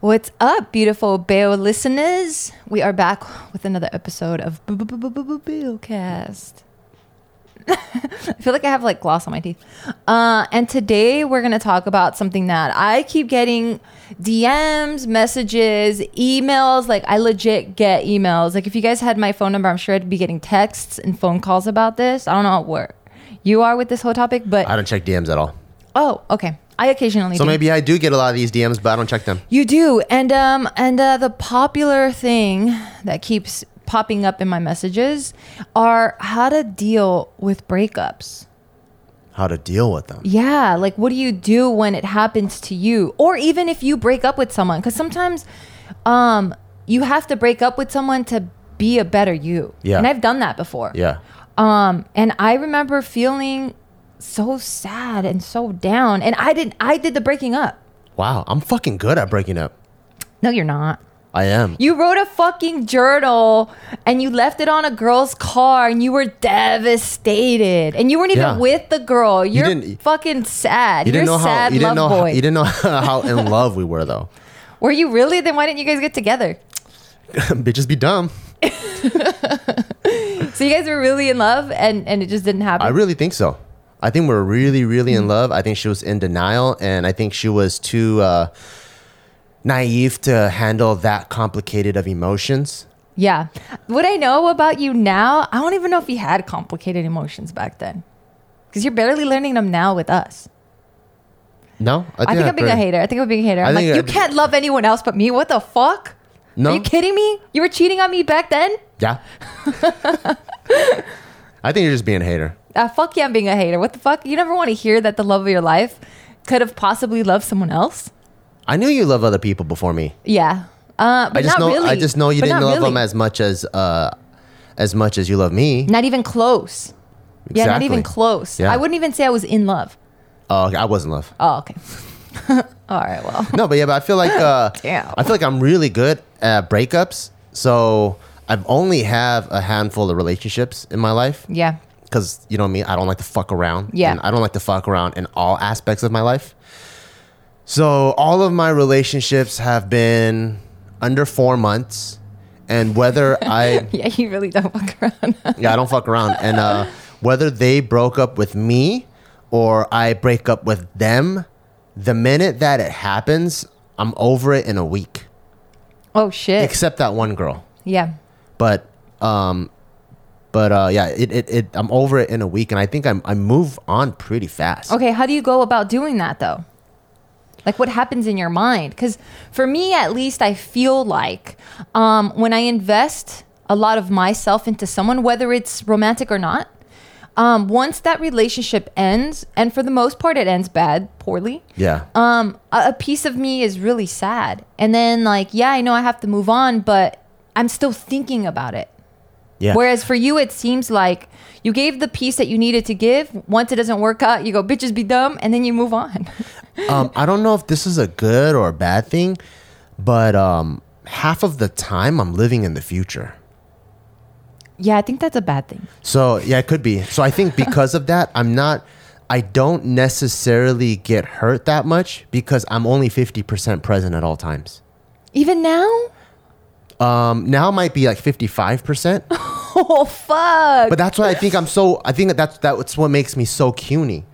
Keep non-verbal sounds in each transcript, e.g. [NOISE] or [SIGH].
What's up, beautiful Bayo listeners? We are back with another episode of Billcast. [LAUGHS] I feel like I have like gloss on my teeth. Uh, and today we're going to talk about something that I keep getting DMs, messages, emails. Like, I legit get emails. Like, if you guys had my phone number, I'm sure I'd be getting texts and phone calls about this. I don't know what you are with this whole topic, but I don't check DMs at all. oh, okay. I occasionally So do. maybe I do get a lot of these DMs, but I don't check them. You do, and um, and uh, the popular thing that keeps popping up in my messages are how to deal with breakups. How to deal with them? Yeah, like what do you do when it happens to you, or even if you break up with someone? Because sometimes, um, you have to break up with someone to be a better you. Yeah. and I've done that before. Yeah. Um, and I remember feeling so sad and so down, and I didn't. I did the breaking up. Wow, I'm fucking good at breaking up. No, you're not. I am. You wrote a fucking journal and you left it on a girl's car and you were devastated and you weren't even Yeah. with the girl. You're didn't- e- fucking sad. You are didn't know how sad you didn't know love how, boy. you didn't know [LAUGHS] [LAUGHS] how in love we were though. were you really? Then why didn't you guys get together? [LAUGHS] Bitches be dumb. So you guys were really in love and and it just didn't happen. I really think so. I think we're really, really in love. I think she was in denial, and I think she was too uh, naive to handle that complicated of emotions. yeah. What I know about you now, I don't even know if you had complicated emotions back then. Because you're barely learning them now with us. No, I think I'm being a pretty- hater. I think I'm being a hater. I'm like, think you I- can't love anyone else but me. What the fuck? No, Are you kidding me? You were cheating on me back then? [LAUGHS] yeah. I think you're just being a hater. uh, fuck yeah, I'm being a hater. What the fuck? You never want to hear that the love of your life could have possibly loved someone else. I knew you love other people before me. Yeah. Uh, but I just not know really. I just know you But didn't not love really. them as much as uh as much as you love me. Not even close. Yeah, not even Exactly. close. Yeah. I wouldn't even say I was in love. Oh, okay, I was in love. Oh, okay. [LAUGHS] All right, well. No, but yeah, but I [LAUGHS] feel like uh Damn. I feel like I'm really good at breakups. So I've only have a handful of relationships in my life Yeah. [LAUGHS] because you know me, I don't like to fuck around. Yeah. and I don't like to fuck around in all aspects of my life. So all of my relationships have been under four months, [LAUGHS] and whether I Yeah, you really don't fuck around. [LAUGHS] Yeah, I don't fuck around. And uh, whether they broke up with me or I break up with them, the minute that it happens, I'm over it in a week. oh, shit. Except that one girl. yeah. But um but uh yeah, it, it, it I'm over it in a week and I think I'm I move on pretty fast. Okay, how do you go about doing that though? Like what happens in your mind? Because for me, at least, I feel like um, when I invest a lot of myself into someone, whether it's romantic or not, um, once that relationship ends, and for the most part, it ends bad, poorly. Yeah. Um, a, a piece of me is really sad, and then like, yeah, I know I have to move on, but I'm still thinking about it. yeah. Whereas for you, it seems like you gave the piece that you needed to give. Once it doesn't work out, you go, bitches be dumb, and then you move on. [LAUGHS] um, I don't know if this is a good or a bad thing, but um half of the time I'm living in the future. yeah, I think that's a bad thing. So yeah, it could be. So I think because of that, I'm not. I don't necessarily get hurt that much because I'm only fifty percent present at all times. Even now? [LAUGHS] Um, now it might be like fifty five percent, Oh, fuck. but that's why I think I'm so. I think that that's that's what makes me so puny.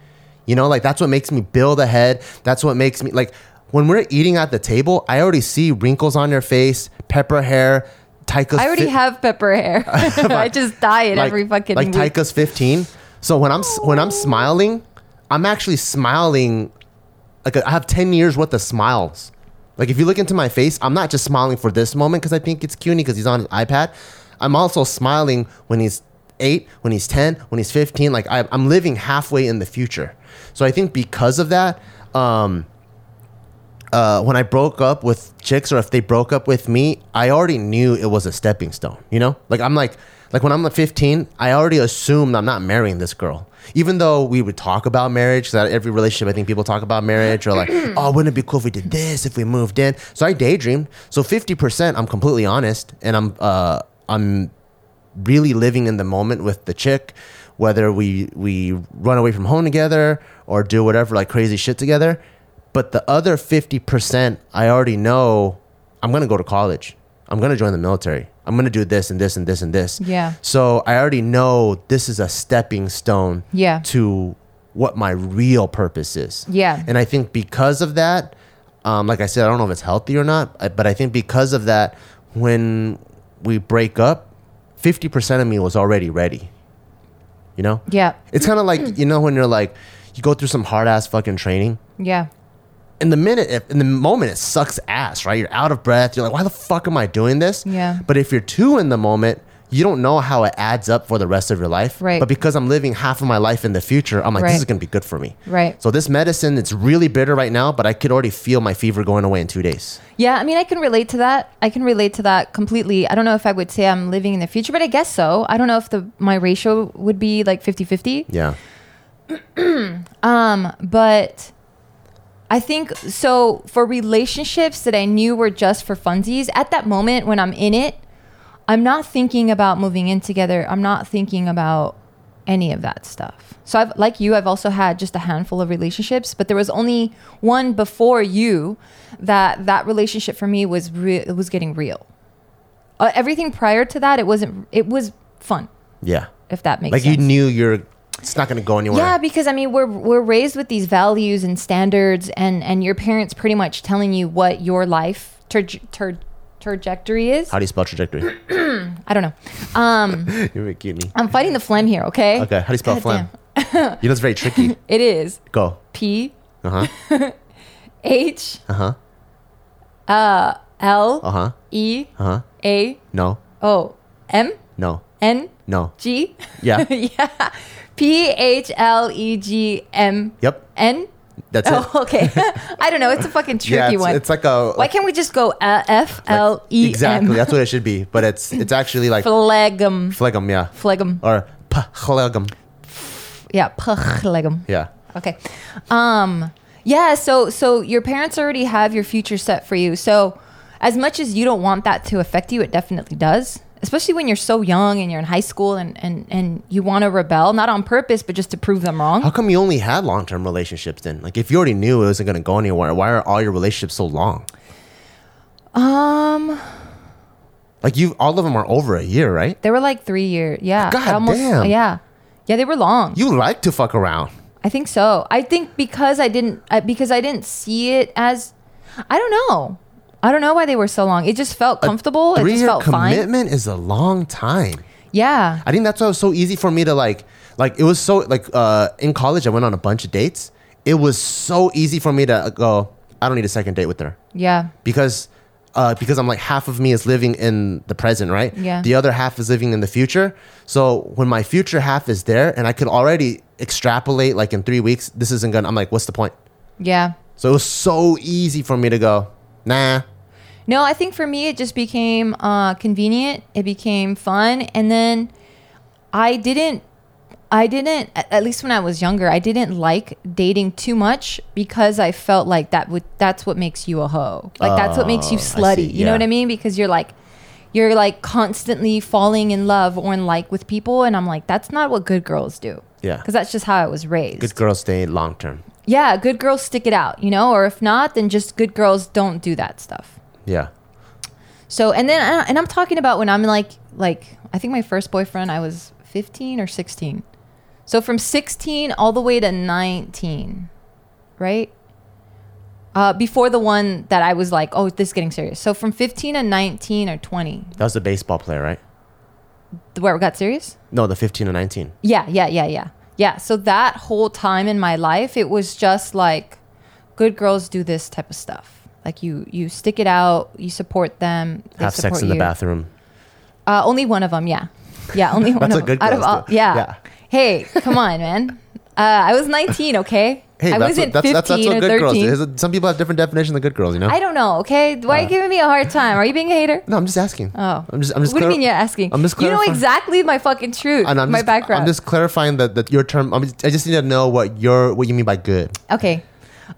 You know, like that's what makes me build ahead. That's what makes me like when we're eating at the table. I already see wrinkles on their face, pepper hair, Tyka's. I already fi- have pepper [LAUGHS] hair. [LAUGHS] I just dye it like, every fucking like week. Tyka's 15. So when I'm s when I'm smiling, I'm actually smiling. Like I have 10 years worth of smiles. Like if you look into my face, I'm not just smiling for this moment because I think it's cuny because he's on his iPad. I'm also smiling when he's eight, when he's 10, when he's 15. Like I, I'm living halfway in the future. So I think because of that, um, uh, when I broke up with chicks or if they broke up with me, I already knew it was a stepping stone. You know, like I'm like like when I'm like 15, I already assumed I'm not marrying this girl. Even though we would talk about marriage, that every relationship I think people talk about marriage or like, oh, wouldn't it be cool if we did this, if we moved in? So I daydreamed. So 50%, I'm completely honest, and I'm uh I'm really living in the moment with the chick, whether we we run away from home together or do whatever like crazy shit together. But the other 50%, I already know I'm going to go to college. I'm going to join the military. I'm going to do this and this and this and this. Yeah. So I already know this is a stepping stone Yeah. to what my real purpose is. Yeah. And I think because of that, um, like I said, I don't know if it's healthy or not, I- but I think because of that, when we break up, 50% of me was already ready. You know? Yeah. It's kind of like, you know, when you're like, you go through some hard ass fucking training. Yeah. In the minute, if, in the moment, it sucks ass, right? You're out of breath. You're like, why the fuck am I doing this? Yeah. But if you're too in the moment, you don't know how it adds up for the rest of your life. Right. But because I'm living half of my life in the future, I'm like, Right. this is going to be good for me. Right. So this medicine, it's really bitter right now, but I could already feel my fever going away in two days. Yeah, I mean, I can relate to that. I can relate to that completely. I don't know if I would say I'm living in the future, but I guess so. I don't know if the my ratio would be like 50-50, Yeah. but I think so for relationships that I knew were just for funsies, at that moment when I'm in it, I'm not thinking about moving in together. I'm not thinking about any of that stuff. So I've like you, I've also had just a handful of relationships, but there was only one before you that that relationship for me was re- it was getting real. Uh, everything prior to that, it wasn't. It was fun, Yeah. if that makes Like sense. you knew you're, it's not going to go anywhere. Yeah, because I mean, we're we're raised with these values and standards, and and your parents pretty much telling you what your life traj tra- trajectory is. How do you spell trajectory? [LAUGHS] I don't know. Um, you're a cutie. I'm fighting the phlegm here. Okay. Okay. How do you spell God phlegm? you know, it's [LAUGHS] very tricky. It is Go. P Uh huh. H Uh huh. Uh L huh. E Uh huh. A No. O M No. N No. G. [LAUGHS] Yeah. Yeah. P H L E G M Yep. N. That's Oh, it. okay. [LAUGHS] I don't know. It's a fucking tricky Yeah. It's, one. it's like a. Why can't we just go uh, F L E M? Exactly. That's what it should be. But it's it's actually like Phlegm. phlegm. Yeah. Phlegm. Or phlegm. Yeah, phlegm. Yeah. Okay. Um yeah, so so your parents already have your future set for you. So as much as you don't want that to affect you, it definitely does. Especially when you're so young and you're in high school and and and you want to rebel, not on purpose, but just to prove them How wrong. come you only had long term relationships then? Like, if you already knew it wasn't going to go anywhere, why are all your relationships so long? Um Like, you all of them are over a year, right? they were like 3 years. Yeah. God I damn. Yeah. Yeah, they were long. You like to fuck around. I think so. I think because I didn't I, because I didn't see it as I don't know. I don't know why they were so long. It just felt comfortable. It Three just year felt fine. commitment is a long time. Yeah. I think that's why it was so easy for me to like, like it was so like uh, in college I went on a bunch of dates. It was so easy for me to uh, go. I don't need a second date with her. Yeah. because uh, because I'm like half of me is living in the present, right? Yeah. The other half is living in the future. So when my future half is there, and I could already extrapolate like in three weeks, this isn't gonna. I'm like, what's the point? Yeah. So it was so easy for me to go, nah. No, I think for me it just became uh, convenient. It became fun, and then I didn't. I didn't. a- At least when I was younger, I didn't like dating too much because I felt like that would. That's what makes you a hoe. Like that's what makes you Oh, I see. slutty. You know Yeah. what I mean? Because you're like. You're like constantly falling in love or in like with people, and I'm like, that's not what good girls do. Yeah. because that's just how I was raised. Good girls stay long term. yeah, good girls stick it out, you know, or if not, then just good girls don't do that stuff. Yeah. So and then uh, and I'm talking about when I'm like like I think my first boyfriend I was 15 or 16. So from 16 all the way to 19, right? Uh, before the one that I was like, oh, this is getting serious. So from 15 to 19 or 20, That was the baseball player, right? where it got serious? No, the 15 or 19. Yeah, yeah, yeah, yeah. Yeah. So that whole time in my life, it was just like good girls do this type of stuff. Like you, you stick it out, you support them, they Have sex support in the you. bathroom. Uh, only one of them, yeah. Yeah, only one That's of a good them. Out of girl's all, tip. yeah. Yeah. Hey, come on, man. Uh, I was 19, okay? Hey, I that's, wasn't what, that's, 15 that's, that's what or good 13. girls do. Is it- Some people have different definitions of good girls, you know? I don't know, okay? Why are you giving me a hard time? Are you being a hater? no, I'm just asking. Oh. I'm just, I'm just what do you clar- mean you're asking? I'm just you know clarifying. exactly my fucking truth, And I'm my just, background. I'm just clarifying that, that your term. I'm just, I just need to know what your what you mean by good. okay.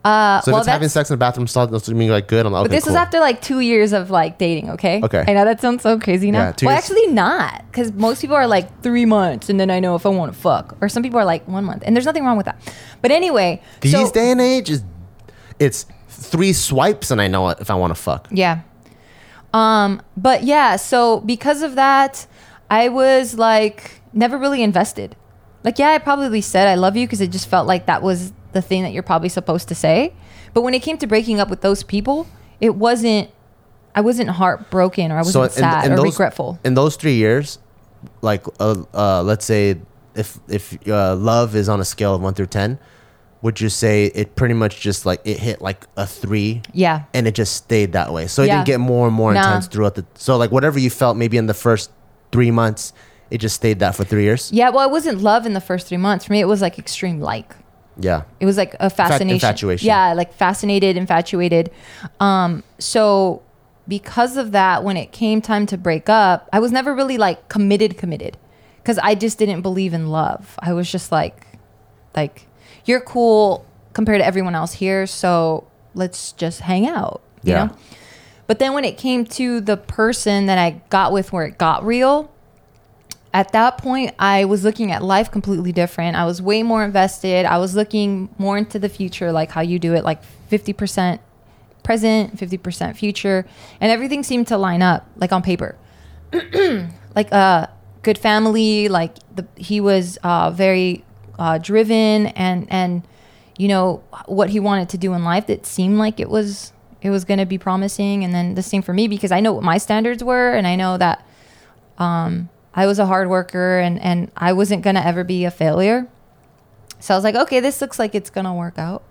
Uh, So if well, it's having that's- sex in the bathroom stall, that's what you mean by good. I'm like, okay, But this cool. is after like two years of like dating, okay? Okay. I know that sounds so crazy now. Yeah, two well, years- actually, not. Because most people are like three months and then I know if I want to fuck. Or some people are like one month. And there's nothing wrong with that. But anyway. These so, day and age is it's three swipes and I know if I want to fuck. Yeah. Um, but yeah, so because of that, I was like never really invested. Like, yeah, I probably said I love you because it just felt like that was the thing that you're probably supposed to say. But when it came to breaking up with those people, it wasn't. I wasn't heartbroken or I wasn't sad or those, regretful. In those three years, like uh, uh, let's say if if uh, love is on a scale of one through ten, would you say it pretty much just like it hit like a three? Yeah. and it just stayed that way. So it Yeah. didn't get more and more Nah. intense throughout the. So like whatever you felt maybe in the first three months, it just stayed that for three years. Yeah, well, it wasn't love in the first three months. For me, it was like extreme like. Yeah, It was like a fascination. infatuation. Yeah, like fascinated, infatuated. Um, so because of that, when it came time to break up, I was never really like committed, committed. Cause I just didn't believe in love. I was just like, like, you're cool compared to everyone else here, so let's just hang out. You Yeah. know? But then when it came to the person that I got with where it got real, at that point i was looking at life completely different i was way more invested i was looking more into the future like how you do it like 50% present 50% future and everything seemed to line up like on paper like a good family like the, he was uh, very uh, driven and and you know what he wanted to do in life that seemed like it was it was going to be promising and then the same for me because i know what my standards were and i know that um, I was a hard worker and, and I wasn't going to ever be a failure. So I was like, okay, this looks like it's going to work out.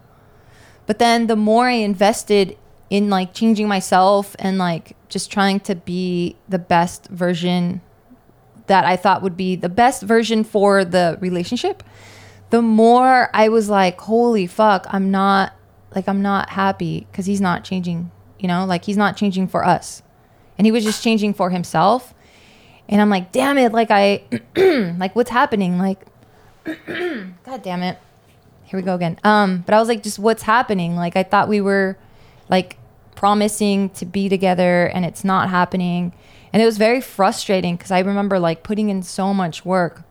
But then the more I invested in like changing myself and like just trying to be the best version that I thought would be the best version for the relationship, the more I was like, holy fuck, I'm not like, I'm not happy because he's not changing, you know, like he's not changing for us. And he was just changing for himself and I'm like, damn it, like I, [CLEARS THROAT] like what's happening? Like, [CLEARS THROAT] god damn it, here we go again. Um, but I was like, just what's happening? Like I thought we were, like, promising to be together, and it's not happening, and it was very frustrating because I remember like putting in so much work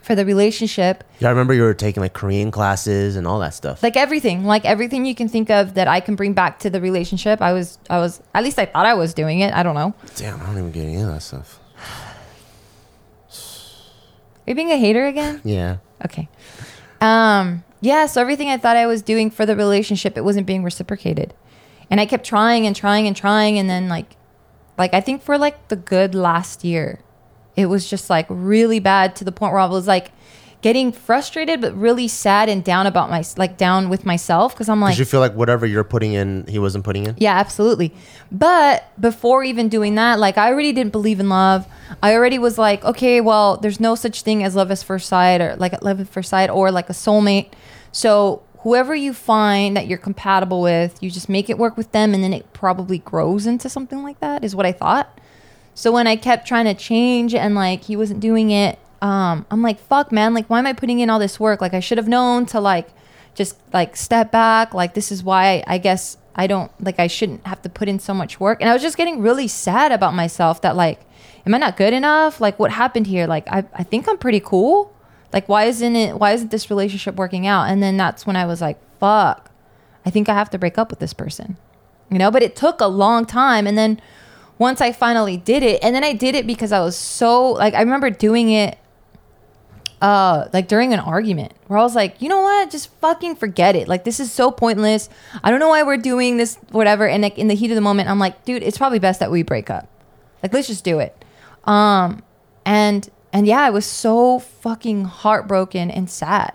for the relationship, yeah. I remember you were taking like Korean classes and all that stuff. like everything like everything you can think of that i can bring back to the relationship i was i was at least i thought i was doing it i don't know Damn, I don't even get any of that stuff. are you being a hater again Yeah, Okay. Um, yeah, so everything I thought I was doing for the relationship, it wasn't being reciprocated. And I kept trying and trying and trying and then like like I think for like the good last year, it was just like really bad to the point where I was like getting frustrated but really sad and down about my like down with myself cuz I'm like did you feel like whatever you're putting in, he wasn't putting in? yeah, absolutely. But before even doing that, like I already didn't believe in love. I already was like, okay, well, there's no such thing as love at first sight or like love at first sight or like a soulmate. So whoever you find that you're compatible with, you just make it work with them and then it probably grows into something like that is what I thought. So when I kept trying to change and like he wasn't doing it, um, I'm like, fuck, man. Like, why am I putting in all this work? Like, I should have known to like just like step back. Like, this is why I guess I don't like I shouldn't have to put in so much work. And I was just getting really sad about myself that like, am I not good enough? Like, what happened here? Like, I, I think I'm pretty cool. Like, why isn't it? Why isn't this relationship working out? And then that's when I was like, fuck, I think I have to break up with this person you know but it took a long time and then once i finally did it and then i did it because i was so like i remember doing it uh like during an argument where i was like you know what just fucking forget it like this is so pointless i don't know why we're doing this whatever and like in the heat of the moment i'm like dude it's probably best that we break up like let's just do it um and and yeah i was so fucking heartbroken and sad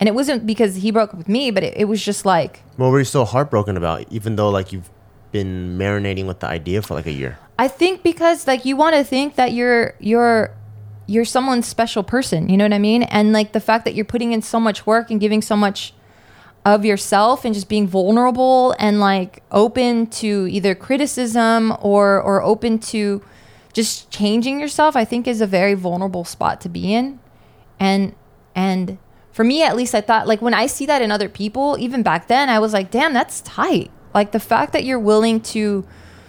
and it wasn't because he broke up with me but it, it was just like What were you so heartbroken about? Even though like you've been marinating with the idea for like a year. I think because like you want to think that you're you're you're someone's special person, you know what I mean? And like the fact that you're putting in so much work and giving so much of yourself and just being vulnerable and like open to either criticism or or open to just changing yourself, I think is a very vulnerable spot to be in. And and for me at least I thought like when I see that in other people, even back then, I was like, damn, that's tight. Like the fact that you're willing to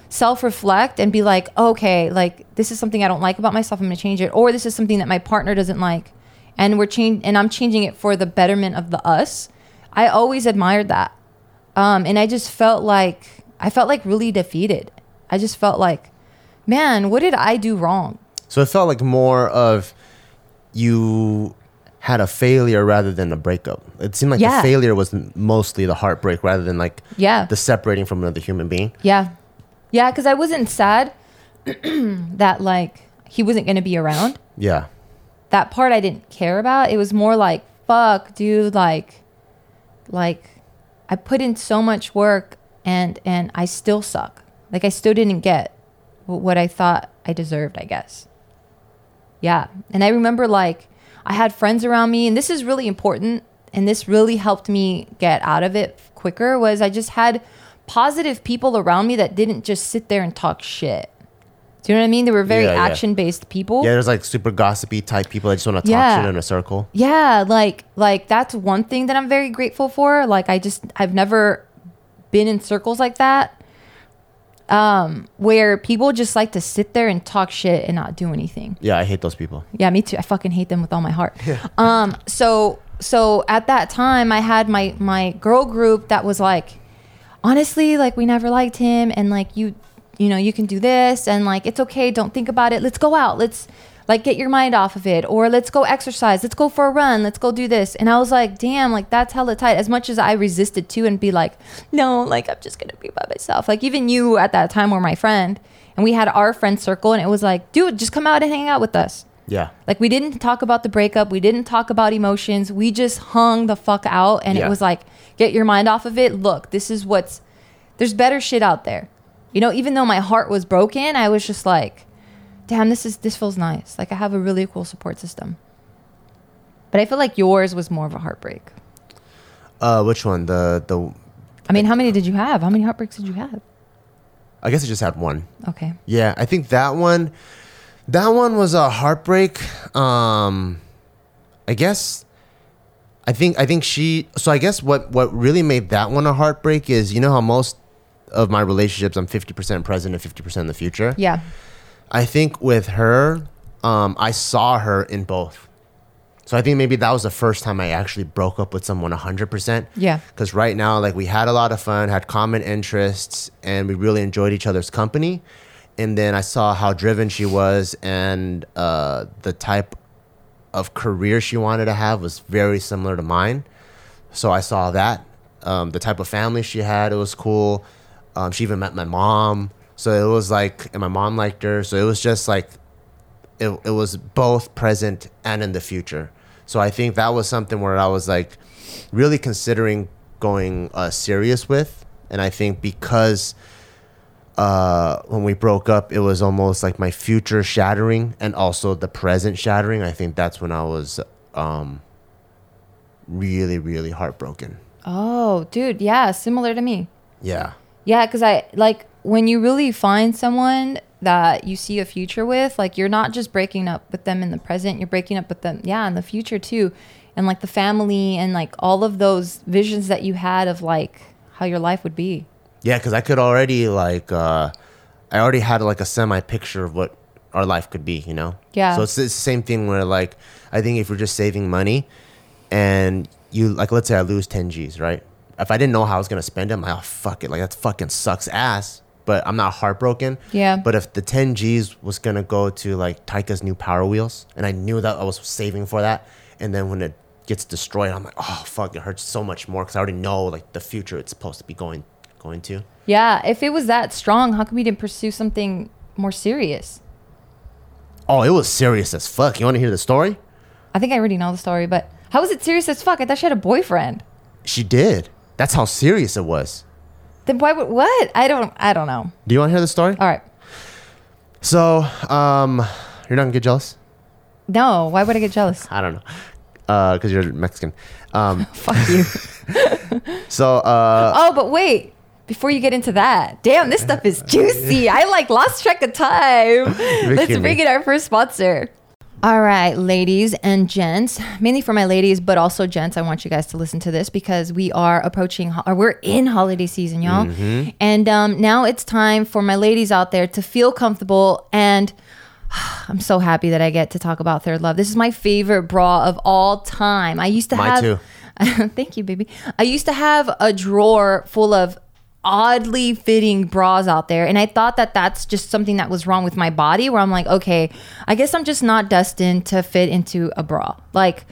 self reflect and be like, okay, like this is something I don't like about myself. I'm gonna change it, or this is something that my partner doesn't like, and we're change and I'm changing it for the betterment of the us. I always admired that. um, and I just felt like I felt like really defeated. I just felt like, man, what did I do wrong? So it felt like more of you had a failure rather than a breakup. It seemed like Yeah. the failure was m- mostly the heartbreak rather than like Yeah. the separating from another human being. Yeah. Yeah, because I wasn't sad [CLEARS THROAT] that like he wasn't gonna be around. Yeah. That part I didn't care about. It was more like, fuck, dude, like like I put in so much work and and I still suck. Like I still didn't get wh- what I thought I deserved, I guess. Yeah. And I remember like I had friends around me and this is really important and this really helped me get out of it quicker was I just had positive people around me that didn't just sit there and talk shit. Do you know what I mean? They were very Yeah, yeah. action-based people. Yeah, there's like super gossipy type people that just want to talk Yeah. shit in a circle. Yeah, like like that's one thing that I'm very grateful for. Like I just I've never been in circles like that. Um, where people just like to sit there and talk shit and not do anything. Yeah, I hate those people. Yeah, me too. I fucking hate them with all my heart. [LAUGHS] Um, so so at that time I had my my girl group that was like honestly, like we never liked him and like you you know, you can do this and like it's okay, don't think about it. Let's go out. Let's like get your mind off of it or let's go exercise. Let's go for a run. Let's go do this. And I was like, "Damn, like that's hella tight." As much as I resisted too and be like, "No, like I'm just going to be by myself." Like even you at that time were my friend and we had our friend circle and it was like, "Dude, just come out and hang out with us." Yeah. Like we didn't talk about the breakup, we didn't talk about emotions. We just hung the fuck out and Yeah. it was like get your mind off of it. Look, this is what's there's better shit out there. You know, even though my heart was broken, I was just like damn, this is this feels nice. Like I have a really cool support system. But I feel like yours was more of a heartbreak. Uh, which one? The the I mean, how many did you have? How many heartbreaks did you have? I guess I just had one. Okay. Yeah, I think that one that one was a heartbreak. Um I guess I think I think she so I guess what what really made that one a heartbreak is you know how most of my relationships I'm 50% present and 50% in the future. Yeah. I think with her um I saw her in both. So I think maybe that was the first time I actually broke up with someone 100%. Yeah. Because right now, like we had a lot of fun, had common interests, and we really enjoyed each other's company. And then I saw how driven she was, and uh, the type of career she wanted to have was very similar to mine. So I saw that. Um, the type of family she had, it was cool. Um, she even met my mom. So it was like, and my mom liked her. So it was just like it, it was both present and in the future. So I think that was something where I was like really considering going uh, serious with. And I think because uh, when we broke up, it was almost like my future shattering and also the present shattering. I think that's when I was um, really, really heartbroken. Oh, dude, yeah, similar to me. Yeah. Yeah, because I like when you really find someone that you see a future with, like you're not just breaking up with them in the present, you're breaking up with them, yeah, in the future too. And like the family and like all of those visions that you had of like how your life would be. Yeah, because I could already like uh, I already had like a semi picture of what our life could be, you know. Yeah. So it's the same thing where like I think if you're just saving money, and you like let's say I lose ten G's, right? If I didn't know how I was gonna spend them, like oh fuck it, like that fucking sucks ass. But I'm not heartbroken. Yeah. But if the ten G's was gonna go to like Taika's new Power Wheels, and I knew that I was saving for that, and then when it gets destroyed, I'm like, oh fuck, it hurts so much more because I already know like the future it's supposed to be going going to. Yeah, if it was that strong, how come you didn't pursue something more serious? Oh, it was serious as fuck. You want to hear the story? I think I already know the story, but how was it serious as fuck? I thought she had a boyfriend. She did. That's how serious it was. Then why would what? I don't I don't know. Do you want to hear the story? All right. So, um, you're not gonna get jealous? No, why would I get jealous? I don't know, because you're Mexican. [LAUGHS] Um, Fuck you. [LAUGHS] so uh, Oh, but wait. Before you get into that, damn, this stuff is juicy. I like lost track of time. Let's [LAUGHS] Ricky bring me. in our first sponsor. All right, ladies and gents, mainly for my ladies, but also gents, I want you guys to listen to this because we are approaching, ho- or we're in holiday season, y'all. Mm-hmm. And um, now it's time for my ladies out there to feel comfortable. And [SIGHS] I'm so happy that I get to talk about Third Love. This is my favorite bra of all time. I used to Mine have. too. [LAUGHS] Thank you, baby. I used to have a drawer full of oddly fitting bras out there, and I thought that that's just something that was wrong with my body. Where I'm like, okay, I guess I'm just not destined to fit into a bra. Like,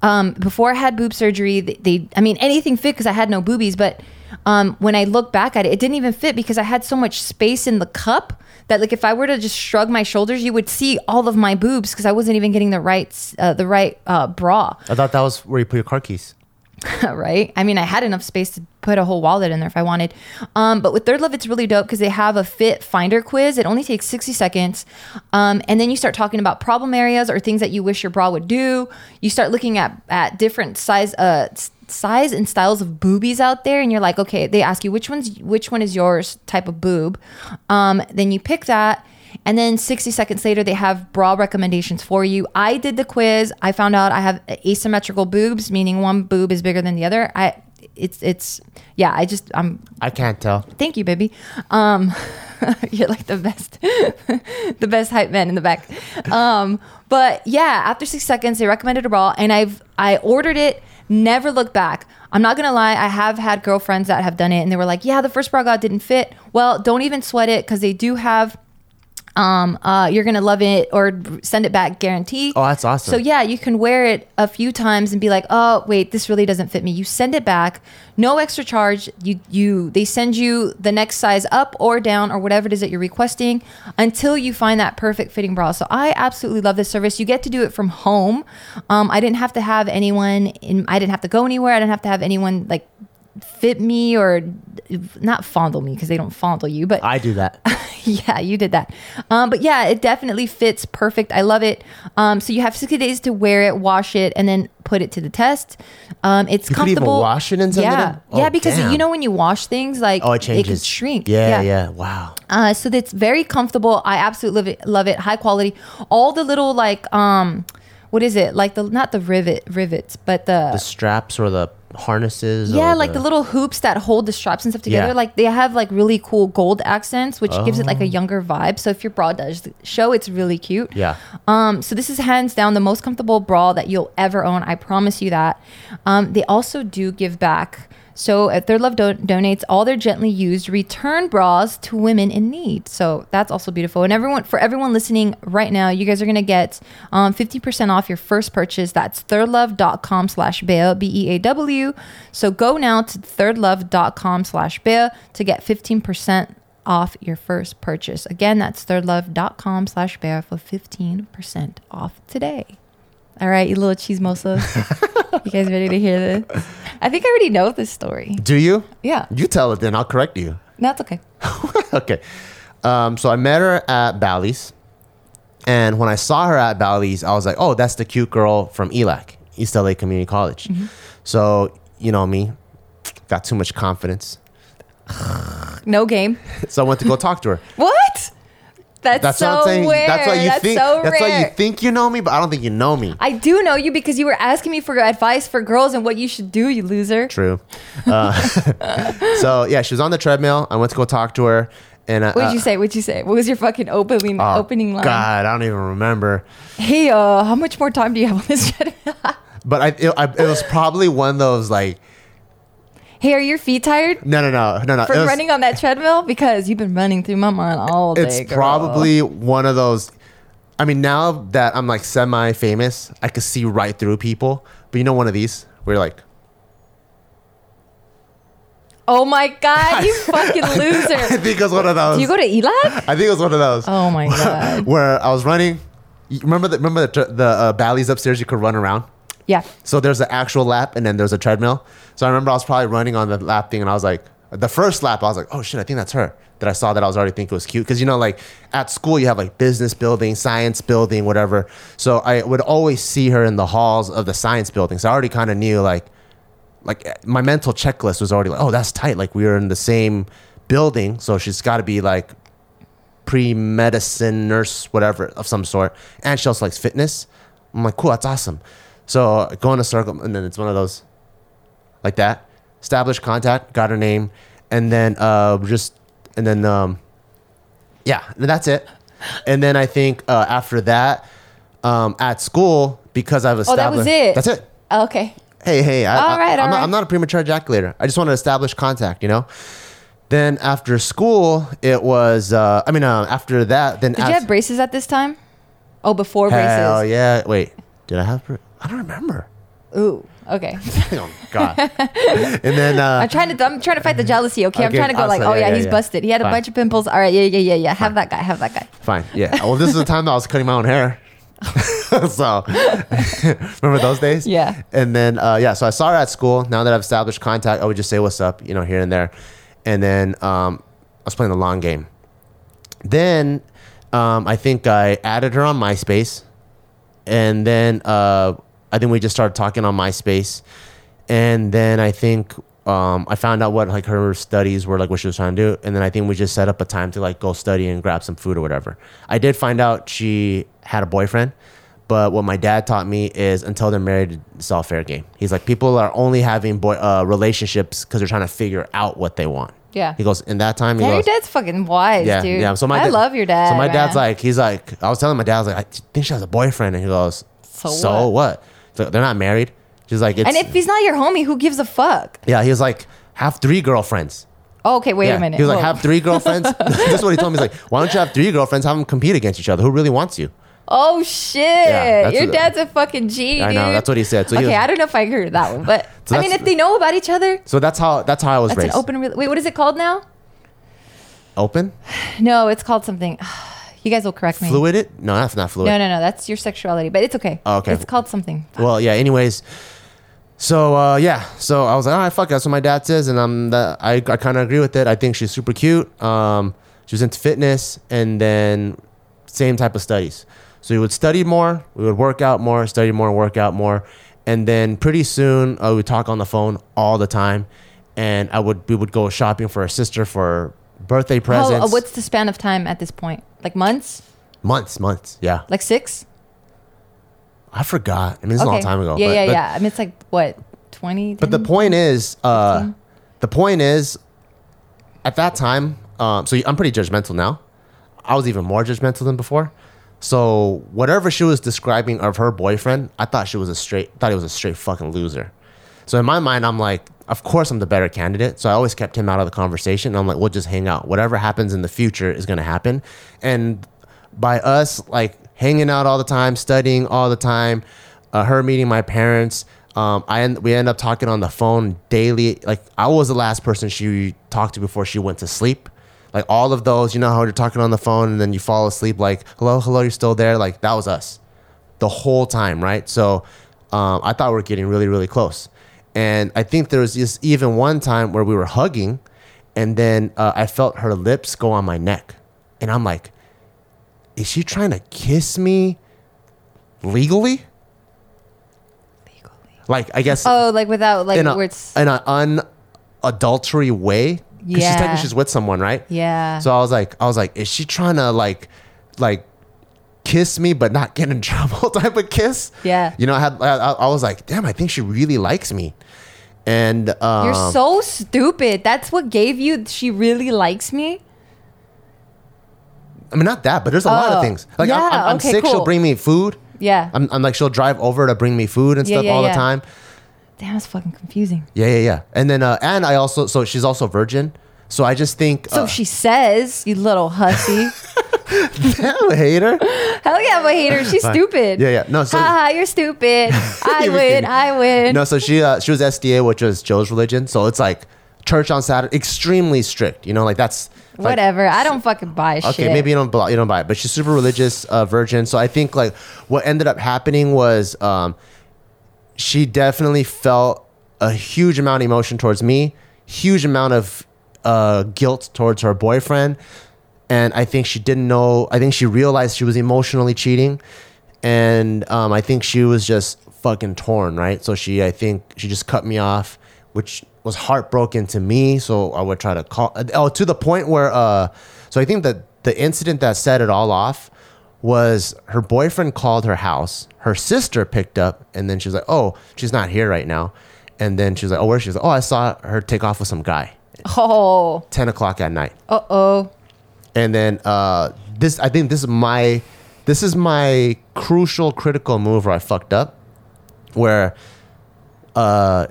um, before I had boob surgery, they, they I mean, anything fit because I had no boobies, but um, when I look back at it, it didn't even fit because I had so much space in the cup that like if I were to just shrug my shoulders, you would see all of my boobs because I wasn't even getting the right s- uh, the right uh, bra, I thought that was where you put your car keys. [LAUGHS] right? I mean, I had enough space to put a whole wallet in there if I wanted. Um, but with Third Love, it's really dope because they have a fit finder quiz. It only takes sixty seconds, um, and then you start talking about problem areas or things that you wish your bra would do. You start looking at at different size uh, s- size and styles of boobies out there and you're like okay they ask you which one's which one is yours type of boob um, then you pick that and then 60 seconds later, they have bra recommendations for you. I did the quiz. I found out I have asymmetrical boobs, meaning one boob is bigger than the other. I, it's, it's, yeah, I just, I'm, I can't tell. thank you, baby. Um, [LAUGHS] you're like the best, [LAUGHS] the best hype man in the back. Um, but yeah, after six seconds, they recommended a bra, and I've I ordered it. Never looked back. I'm not gonna lie. I have had girlfriends that have done it, and they were like, "Yeah, the first bra I got didn't fit." Well, don't even sweat it because they do have. Um, uh, you're gonna love it or send it back guarantee. Oh, that's awesome. So yeah, you can wear it a few times and be like, "Oh, wait, this really doesn't fit me." You send it back, no extra charge. You you they send you the next size up or down or whatever it is that you're requesting until you find that perfect fitting bra. So I absolutely love this service. You get to do it from home. Um, I didn't have to have anyone in. I didn't have to go anywhere. I didn't have to have anyone like fit me or not fondle me because they don't fondle you, but I do [LAUGHS] that. yeah, you did that. Um, but yeah, it definitely fits perfect. I love it. Um, so you have 60 days to wear it, wash it, and then put it to the test. Um, it's You could even comfortable. wash it and send it yeah. in? Oh, yeah, because damn. you know when you wash things, like Oh, it changes. could shrink. Yeah, yeah. Wow. Uh, so that's very comfortable. I absolutely love it, love it. High quality. All the little like um, what is it? Like the not the rivet rivets, but the, The straps or the harnesses. Uh, yeah, or like the, little hoops that hold the straps and stuff together. Yeah. Like they have like really cool gold accents, which gives it like a younger vibe. So if your bra does show, it's really cute. Yeah. Um, so this is hands down the most comfortable bra that you'll ever own. I promise you that. Um, they also do give back. So uh, Third Love do- donates all their gently used return bras to women in need. So that's also beautiful. And everyone, for everyone listening right now, you guys are gonna get um, 50% off your first purchase. That's thirdlove.com slash bail, B-E-A-W. So go now to thirdlove.com slash bail to get 15% off your first purchase. Again, that's thirdlove.com slash bear for 15% off today. All right, you little cheese [LAUGHS] you guys ready to hear this? I think I already know this story. Do you? Yeah. You tell it then. I'll correct you. No, it's okay. okay. Um, so I met her at Bally's. And when I saw her at Bally's, I was like, oh, that's the cute girl from E ELAC, East LA Community College. Mm-hmm. So, you know me, got too much confidence. [LAUGHS] No game. So I went to go talk to her. What? That's, That's so what I'm saying. rare. That's why you think so that's rare. why you think you know me, but I don't think you know me. I do know you because you were asking me for advice for girls and what you should do, you loser. True. Uh, [LAUGHS] so yeah, she was on the treadmill. I went to go talk to her, and uh, What did you say? What'd you say? What was your fucking opening uh, opening line? God, I don't even remember. Hey, uh, how much more time do you have on this treadmill? [LAUGHS] But I it, I, it was probably one of those like hey, are your feet tired? no, no, no, no, no. for it was- running on that treadmill because you've been running through my mind all day. It's girl. probably one of those. I mean, now that I'm like semi-famous, I could see right through people. But you know, one of these where you're like, [LAUGHS] Oh my god, [LAUGHS] you fucking I loser! think it was one of those. Do you go to ELAC? I think it was one of those. Oh [LAUGHS] my god. where I was running. You remember the remember the tr- the uh, Bally's upstairs? You could run around. Yeah. So there's an actual lap, and then there's a treadmill. So I remember I was probably running on the lap thing, and I was like, the first lap, I was like, oh shit, I think that's her. That I saw that I was already thinking it was cute because you know, like at school, you have like business building, science building, whatever. So I would always see her in the halls of the science building. So I already kind of knew like like eh, my mental checklist was already like, oh, that's tight. Like we were in the same building, so she's got to be like pre medicine nurse, whatever of some sort, and she also likes fitness. I'm like, cool, that's awesome. So I go in a circle, and then it's one of those like that. Established contact, got her name, and then uh, just and then um, yeah, and that's it. And then I think uh, after that, um, at school because I've Oh, that established was it. That's it. Uh, Okay. hey, hey, I, All I- right, I'm, all not, right. I'm not a premature ejaculator. I just want to establish contact, you know? Then after school, it was, uh, I mean, uh, after that, then Did you have braces at this time? Oh, before Hell braces. yeah. Wait, did I have, bra- I don't remember. [LAUGHS] Ooh. Okay. oh, [LAUGHS] God. and then, uh, I'm trying to. I'm trying to fight the jealousy. Okay. I'm Mm-hmm. Okay, trying to go like, awesome. oh Yeah, yeah, yeah, he's yeah. busted. He had a Fine. bunch of pimples. All right. Yeah, yeah, yeah, yeah. Have that guy. Have that guy. Fine. Yeah. Well, this is the time that I was cutting my own hair. [LAUGHS] so [LAUGHS] remember those days? Yeah. And then uh, yeah, so I saw her at school. Now that I've established contact, I would just say what's up, you know, here and there. And then um, I was playing the long game. Then um, I think I added her on MySpace, and then uh, I think we just started talking on MySpace, and then I think um, I found out what like her studies were like, what she was trying to do, and then I think we just set up a time to like go study and grab some food or whatever. I did find out she had a boyfriend. But what my dad taught me is until they're married, it's all fair game. He's like, people are only having boy uh, relationships because they're trying to figure out what they want. Yeah. He goes, in that time, he Yeah, your goes, dad's fuking wise, yeah, dude. yeah. So my I dad- love your dad. So my dad's man. like, he's like, I was telling my dad, I was like, I think she has a boyfriend, and he goes, so, So what? So they're not married. She's like, it's, and if he's not your homie, who gives a fuck? yeah. He was like, have three girlfriends. Oh, okay, wait yeah. a minute. He was like, Whoa. have [LAUGHS] three girlfriends. [LAUGHS] this is what he told me. He's like, why don't you have three girlfriends? Have them compete against each other. Who really wants you? oh shit, that's your what- dad's a fucking G, dude. I know, that's what he said. So he okay, was- I don't know if I agree with that one, but [LAUGHS] So I mean, that's- if they know about each other, So that's how that's how I was that's raised. an open. Re- wait, what is it called now? open, No, it's called something. [SIGHS] You guys will correct me. fluid. It? No, that's not fluid. No, no, no. That's your sexuality, but it's okay. Oh, okay. It's called something. Well, yeah. Anyways, so uh, yeah, so I was like, all right, fuck, it. that's what my dad says, and I'm the, I, I kind of agree with it. I think she's super cute. Um, she was into fitness, and then same type of studies. So we would study more, we would work out more, study more, work out more, and then pretty soon uh, we would talk on the phone all the time, and I would we would go shopping for her sister for birthday How, presents. uh, what's the span of time at this point? Like months? months, months, yeah. Like six? I forgot. I mean, it's a long time ago. Yeah, but, yeah, but yeah. I mean, it's like what twenty? But the point is, uh, the point is, at that time, um, so I'm pretty judgmental now. I was even more judgmental than before. So whatever she was describing of her boyfriend, I thought she was a straight, thought he was a straight fucking loser. So in my mind, I'm like, of course I'm the better candidate. So I always kept him out of the conversation. I'm like, we'll just hang out. Whatever happens in the future is gonna happen. And by us like hanging out all the time, studying all the time, uh, her meeting my parents. Um, I end, we end up talking on the phone daily. Like I was the last person she talked to before she went to sleep. Like all of those, you know how you're talking on the phone and then you fall asleep. Like hello, hello, you're still there. Like that was us the whole time, right? So um, I thought we were getting really, really close. And I think there was just even one time where we were hugging, and then uh, I felt her lips go on my neck. And I'm like, is she trying to kiss me legally? Like, I guess Oh, like without like in, a, where it's in an unadultery way. Because she's Yeah. technically she's with someone, right? yeah. So I was like, I was like, is she trying to like, like, kiss me but not get in [LAUGHS] trouble type of kiss? Yeah. You know, I had, I, I I was like, damn, I think she really likes me, and um, You're so stupid. That's what gave you. She really likes me. I mean, not that, but there's a lot Oh. of things. Like, I'm, Yeah, I'm, I'm okay, sick. She'll cool. bring me food. Yeah. I'm, I'm like, she'll drive over to bring me food and Yeah, stuff yeah, all the yeah. time. Damn, it's fucking confusing. Yeah, yeah, yeah. And then, uh, and I also, so she's also virgin. So I just think, So uh, [LAUGHS] she says, "You little hussy." damn, hater. Hell yeah, I'm a hater. She's [LAUGHS] stupid. Yeah, yeah. No, so- haha, you're [LAUGHS] stupid. I You're win. kidding. I win. No, so she uh, she was SDA, which was Joe's religion. So it's like church on Saturday, extremely strict. You know, like that's like- Whatever. I don't fucking buy okay, shit. maybe you don't bel- you don't buy it, but she's super religious uh, virgin. So I think like what ended up happening was um, she definitely felt a huge amount of emotion towards me, huge amount of uh, guilt towards her boyfriend, and I think she didn't know. I think she realized she was emotionally cheating, and um, I think she was just fucking torn, right? So she, I think she just cut me off, which was heartbroken to me. So I would try to call. Oh, to the point where, uh, so I think that the incident that set it all off was her boyfriend called her house. Her sister picked up, and then she was like, "Oh, she's not here right now." And then she was like, "Oh, where's she?" She's like, "Oh, I saw her take off with some guy." Oh. Ten o'clock at night, Uh oh. and then uh, this. I think this is my, this is my crucial critical move where I fucked up, where uh,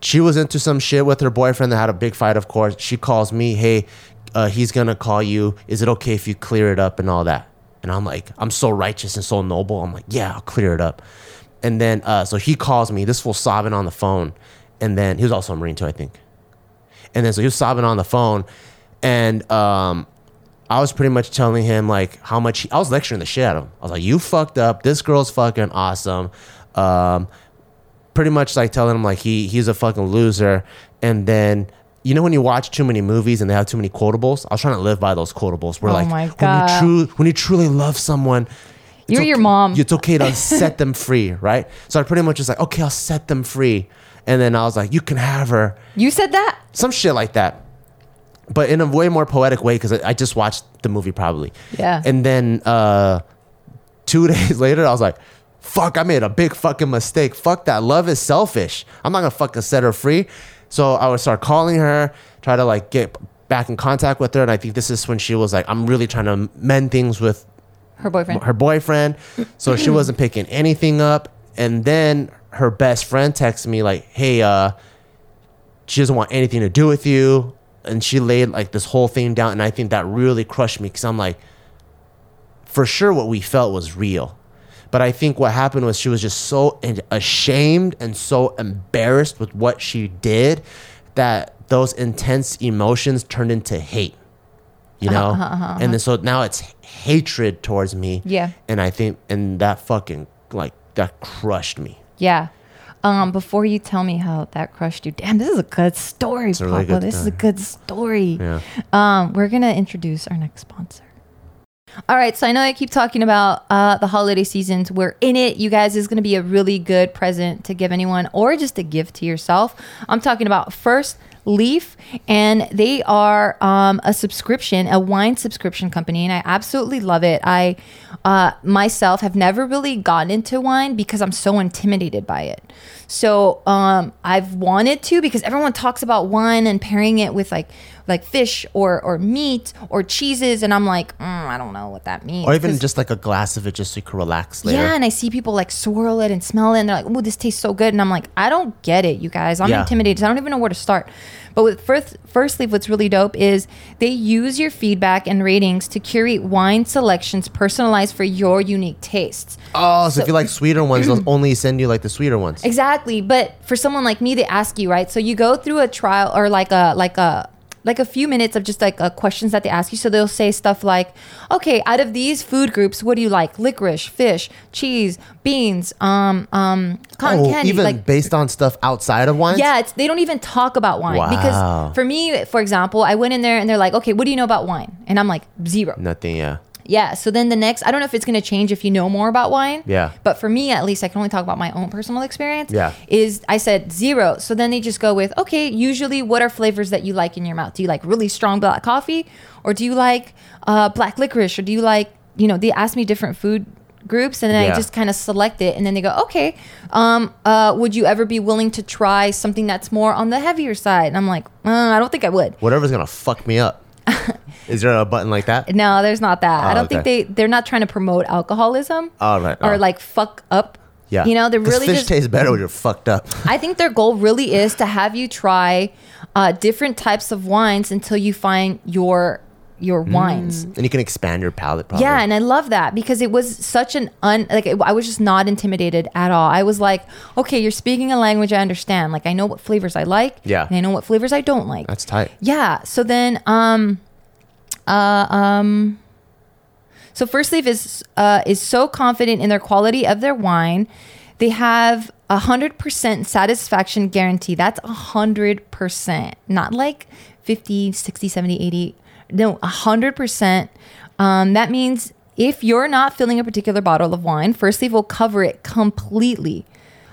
she was into some shit with her boyfriend that had a big fight. Of course, she calls me, hey, uh, he's gonna call you. Is it okay if you clear it up and all that? And I'm like, I'm so righteous and so noble. I'm like, yeah, I'll clear it up. And then, uh, so he calls me. This fool sobbing on the phone, and then he was also a marine too, I think. And then so he was sobbing on the phone, and um, I was pretty much telling him like how much he, I was lecturing the shit out of him. I was like, "You fucked up. This girl's fucking awesome." Um, pretty much like telling him like he he's a fucking loser. And then you know when you watch too many movies and they have too many quotables, I was trying to live by those quotables. We're Oh like, my God. when you true when you truly love someone. it's You're your okay- mom. It's [LAUGHS] okay to set them free, right? So I pretty much was like, okay, I'll set them free. And then I was like, you can have her You said that? some shit like that but in a way more poetic way because I, I just watched the movie probably Yeah. and then uh two [LAUGHS] days later i was like fuck i made a big fucking mistake fuck that love is selfish i'm not gonna fucking set her free so i would start calling her try to like get back in contact with her and i think this is when she was like i'm really trying to mend things with Her boyfriend. her boyfriend. So she wasn't picking anything up. And then her best friend texts me like, "Hey, uh, she doesn't want anything to do with you." And she laid like this whole thing down, and I think that really crushed me because I'm like, for sure, what we felt was real. But I think what happened was she was just so en- ashamed and so embarrassed with what she did that those intense emotions turned into hate you Uh-huh, know and then so now it's hatred towards me Yeah. and i think and that fucking like that crushed me Yeah. Um, before you tell me how that crushed you, damn, this is a good story, a Papa. really good this is a story. good story. yeah Um, we're gonna introduce our next sponsor. All right, so I know I keep talking about uh, the holiday seasons. We're in it. You guys this is going to be a really good present to give anyone or just to give to yourself. I'm talking about First Leaf, and they are um, a subscription, a wine subscription company, and I absolutely love it. I uh, myself have never really gotten into wine because I'm so intimidated by it. So um, I've wanted to because everyone talks about wine and pairing it with like like fish or or meat or cheeses, and I'm like, mm, I don't know what that means. or even 'Cause- just like a glass of it just so you can relax later yeah, and I see people like swirl it and smell it, and they're like, "Oh, this tastes so good," and I'm like, "I don't get it, you guys. I'm Yeah. intimidated. I don't even know where to start." But with first, first leaf, what's really dope is they use your feedback and ratings to curate wine selections personalized for your unique tastes. oh so, if you like sweeter [CLEARS THROAT] ones they'll only send you like the sweeter ones Exactly, but for someone like me, they ask you right. So you go through a trial or like a like a like a few minutes of just like uh, questions that they ask you. So they'll say stuff like, "Okay, out of these food groups, what do you like? Licorice, fish, cheese, beans, um, um, cotton oh candy." even like, based on stuff outside of wine yeah, it's, they don't even talk about wine Wow. because for me, for example, I went in there and they're like, "Okay, what do you know about wine?" And I'm like, zero. nothing yeah Yeah. So then the next, I don't know if it's going to change if you know more about wine. Yeah. But for me, at least, I can only talk about my own personal experience. Yeah. Is I said zero. So then they just go with, okay, usually what are flavors that you like in your mouth? Do you like really strong black coffee or do you like uh, black licorice or do you like, you know, they asked me different food groups and then Yeah. I just kind of select it and then they go, okay, um, uh, would you ever be willing to try something that's more on the heavier side? And I'm like, uh, I don't think I would. whatever's gonna fuck me [LAUGHS] up is there a button like that No, there's not that. I Oh, don't okay. think they they're not trying to promote alcoholism. Oh, right, Or oh. like fuck up. yeah You know, they're 'Cause really fish just tastes better when you're fucked up [LAUGHS] I think their goal really is to have you try uh, different types of wines until you find your your Mm. wines. and you can expand your palate probably Yeah, and I love that because it was such an un like it, I was just not intimidated at all. I was like, okay, you're speaking a language I understand. Like I know what flavors I like. Yeah. and I know what flavors I don't like. that's tight Yeah. So then, um, uh, um, so First Leaf is uh, is so confident in their quality of their wine, they have a hundred percent satisfaction guarantee. That's a hundred percent, not like 50, 60, 70, 80. No, a hundred percent. Um, that means if you're not filling a particular bottle of wine, First Leaf will cover it completely.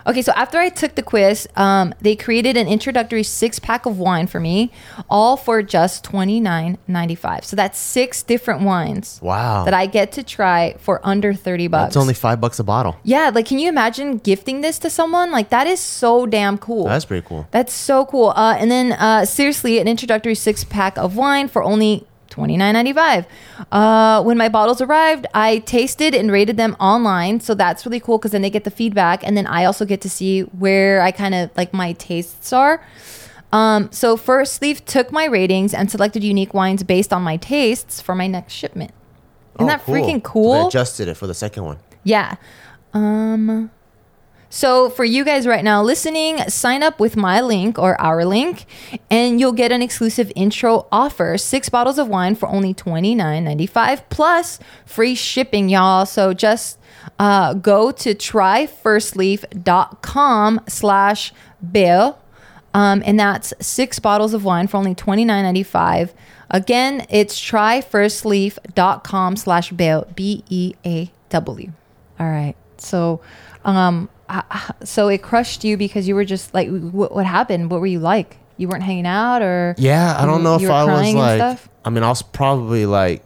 Okay, so after I took the quiz, um, they created an introductory six pack of wine for me, all for just twenty nine ninety five. So that's six different wines wow that I get to try for under thirty bucks. it's Oh. only five bucks a bottle yeah, like can you imagine gifting this to someone? Like that is so damn cool. that's pretty cool That's so cool. Uh, and then, uh, seriously, an introductory six pack of wine for only $29.95. Uh, when my bottles arrived, I tasted and rated them online. So that's really cool because then they get the feedback. And then I also get to see where I kind of like my tastes are. Um, so First Leaf took my ratings and selected unique wines based on my tastes for my next shipment. Isn't Oh, that freaking So cool? they adjusted it for the second one. Yeah. Um so for you guys right now listening, sign up with my link or our link and you'll get an exclusive intro offer, 6 bottles of wine for only 29.95 plus free shipping y'all. So just uh, go to tryfirstleaf.com slash bill um, and that's six bottles of wine for only twenty nine ninety five. Again, it's tryfirstleaf.com slash bail, B-E-A-W. All right. So, um, I- I- so it crushed you because you were just like, what, what happened? What were you like? You weren't hanging out or? Yeah, I don't you- know you if were I was crying and like. stuff? I mean, I was probably like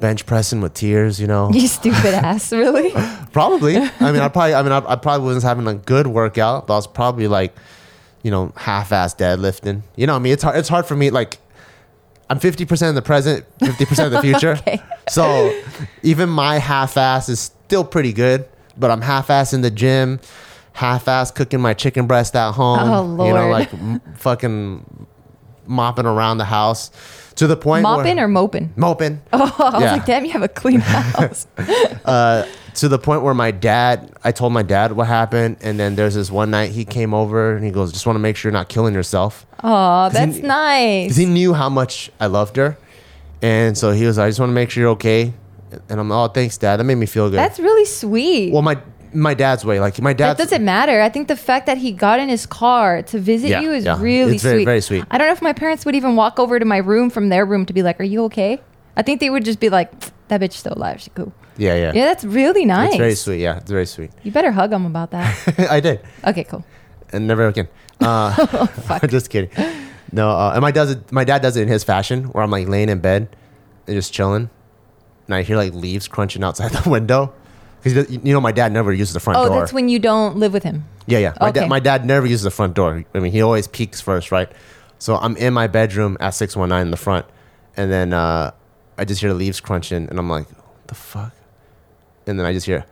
bench pressing with tears. You know, You stupid ass, [LAUGHS] [LAUGHS] really? probably. I mean, I probably. I mean, I, I probably wasn't having a good workout, but I was probably like, you know, half-ass deadlifting. You know, what I mean, it's hard. It's hard for me. Like, I'm 50 percent in the present, 50 percent of the future. [LAUGHS] Okay. So, even my half-ass is still pretty good, but I'm half-ass in the gym. Half-ass cooking my chicken breast at home. Oh, You know, Lord. like m- fucking mopping around the house to the point Mopping where, or moping? [LAUGHS] moping Oh, I was Yeah. like, damn, you have a clean [LAUGHS] [LAUGHS] house. uh, to the point where my dad I told my dad what happened and then there's this one night he came over and he goes just want to make sure you're not killing yourself Oh, he- that's nice. because he knew how much I loved her and so he was I just want to make sure you're okay and I'm oh thanks dad that made me feel good that's really sweet. well my my dad's way like my That dad's doesn't matter. I think the fact that he got in his car to visit Yeah, you is yeah. really It's very- sweet. very sweet. I don't know if my parents would even walk over to my room from their room to be like, "Are you okay?" I think they would just be like, "That bitch still alive. She cool." yeah yeah Yeah, that's really nice. it's very sweet yeah it's very sweet [LAUGHS] You better hug him about that. I did okay, [LAUGHS] cool. and [LAUGHS] never again uh, Oh, [LAUGHS] just kidding no uh, and my does it my dad does it in his fashion where I'm like laying in bed and just chilling and I hear like leaves crunching outside [LAUGHS] the window because you know my dad never uses the front Oh, door that's when you don't live with him. yeah, yeah. My, Okay. dad, my dad never uses the front door. I mean, he always peeks first, right? So I'm in my bedroom at 619 in the front, and then uh, I just hear the leaves crunching, and I'm like, what the fuck? And then I just hear,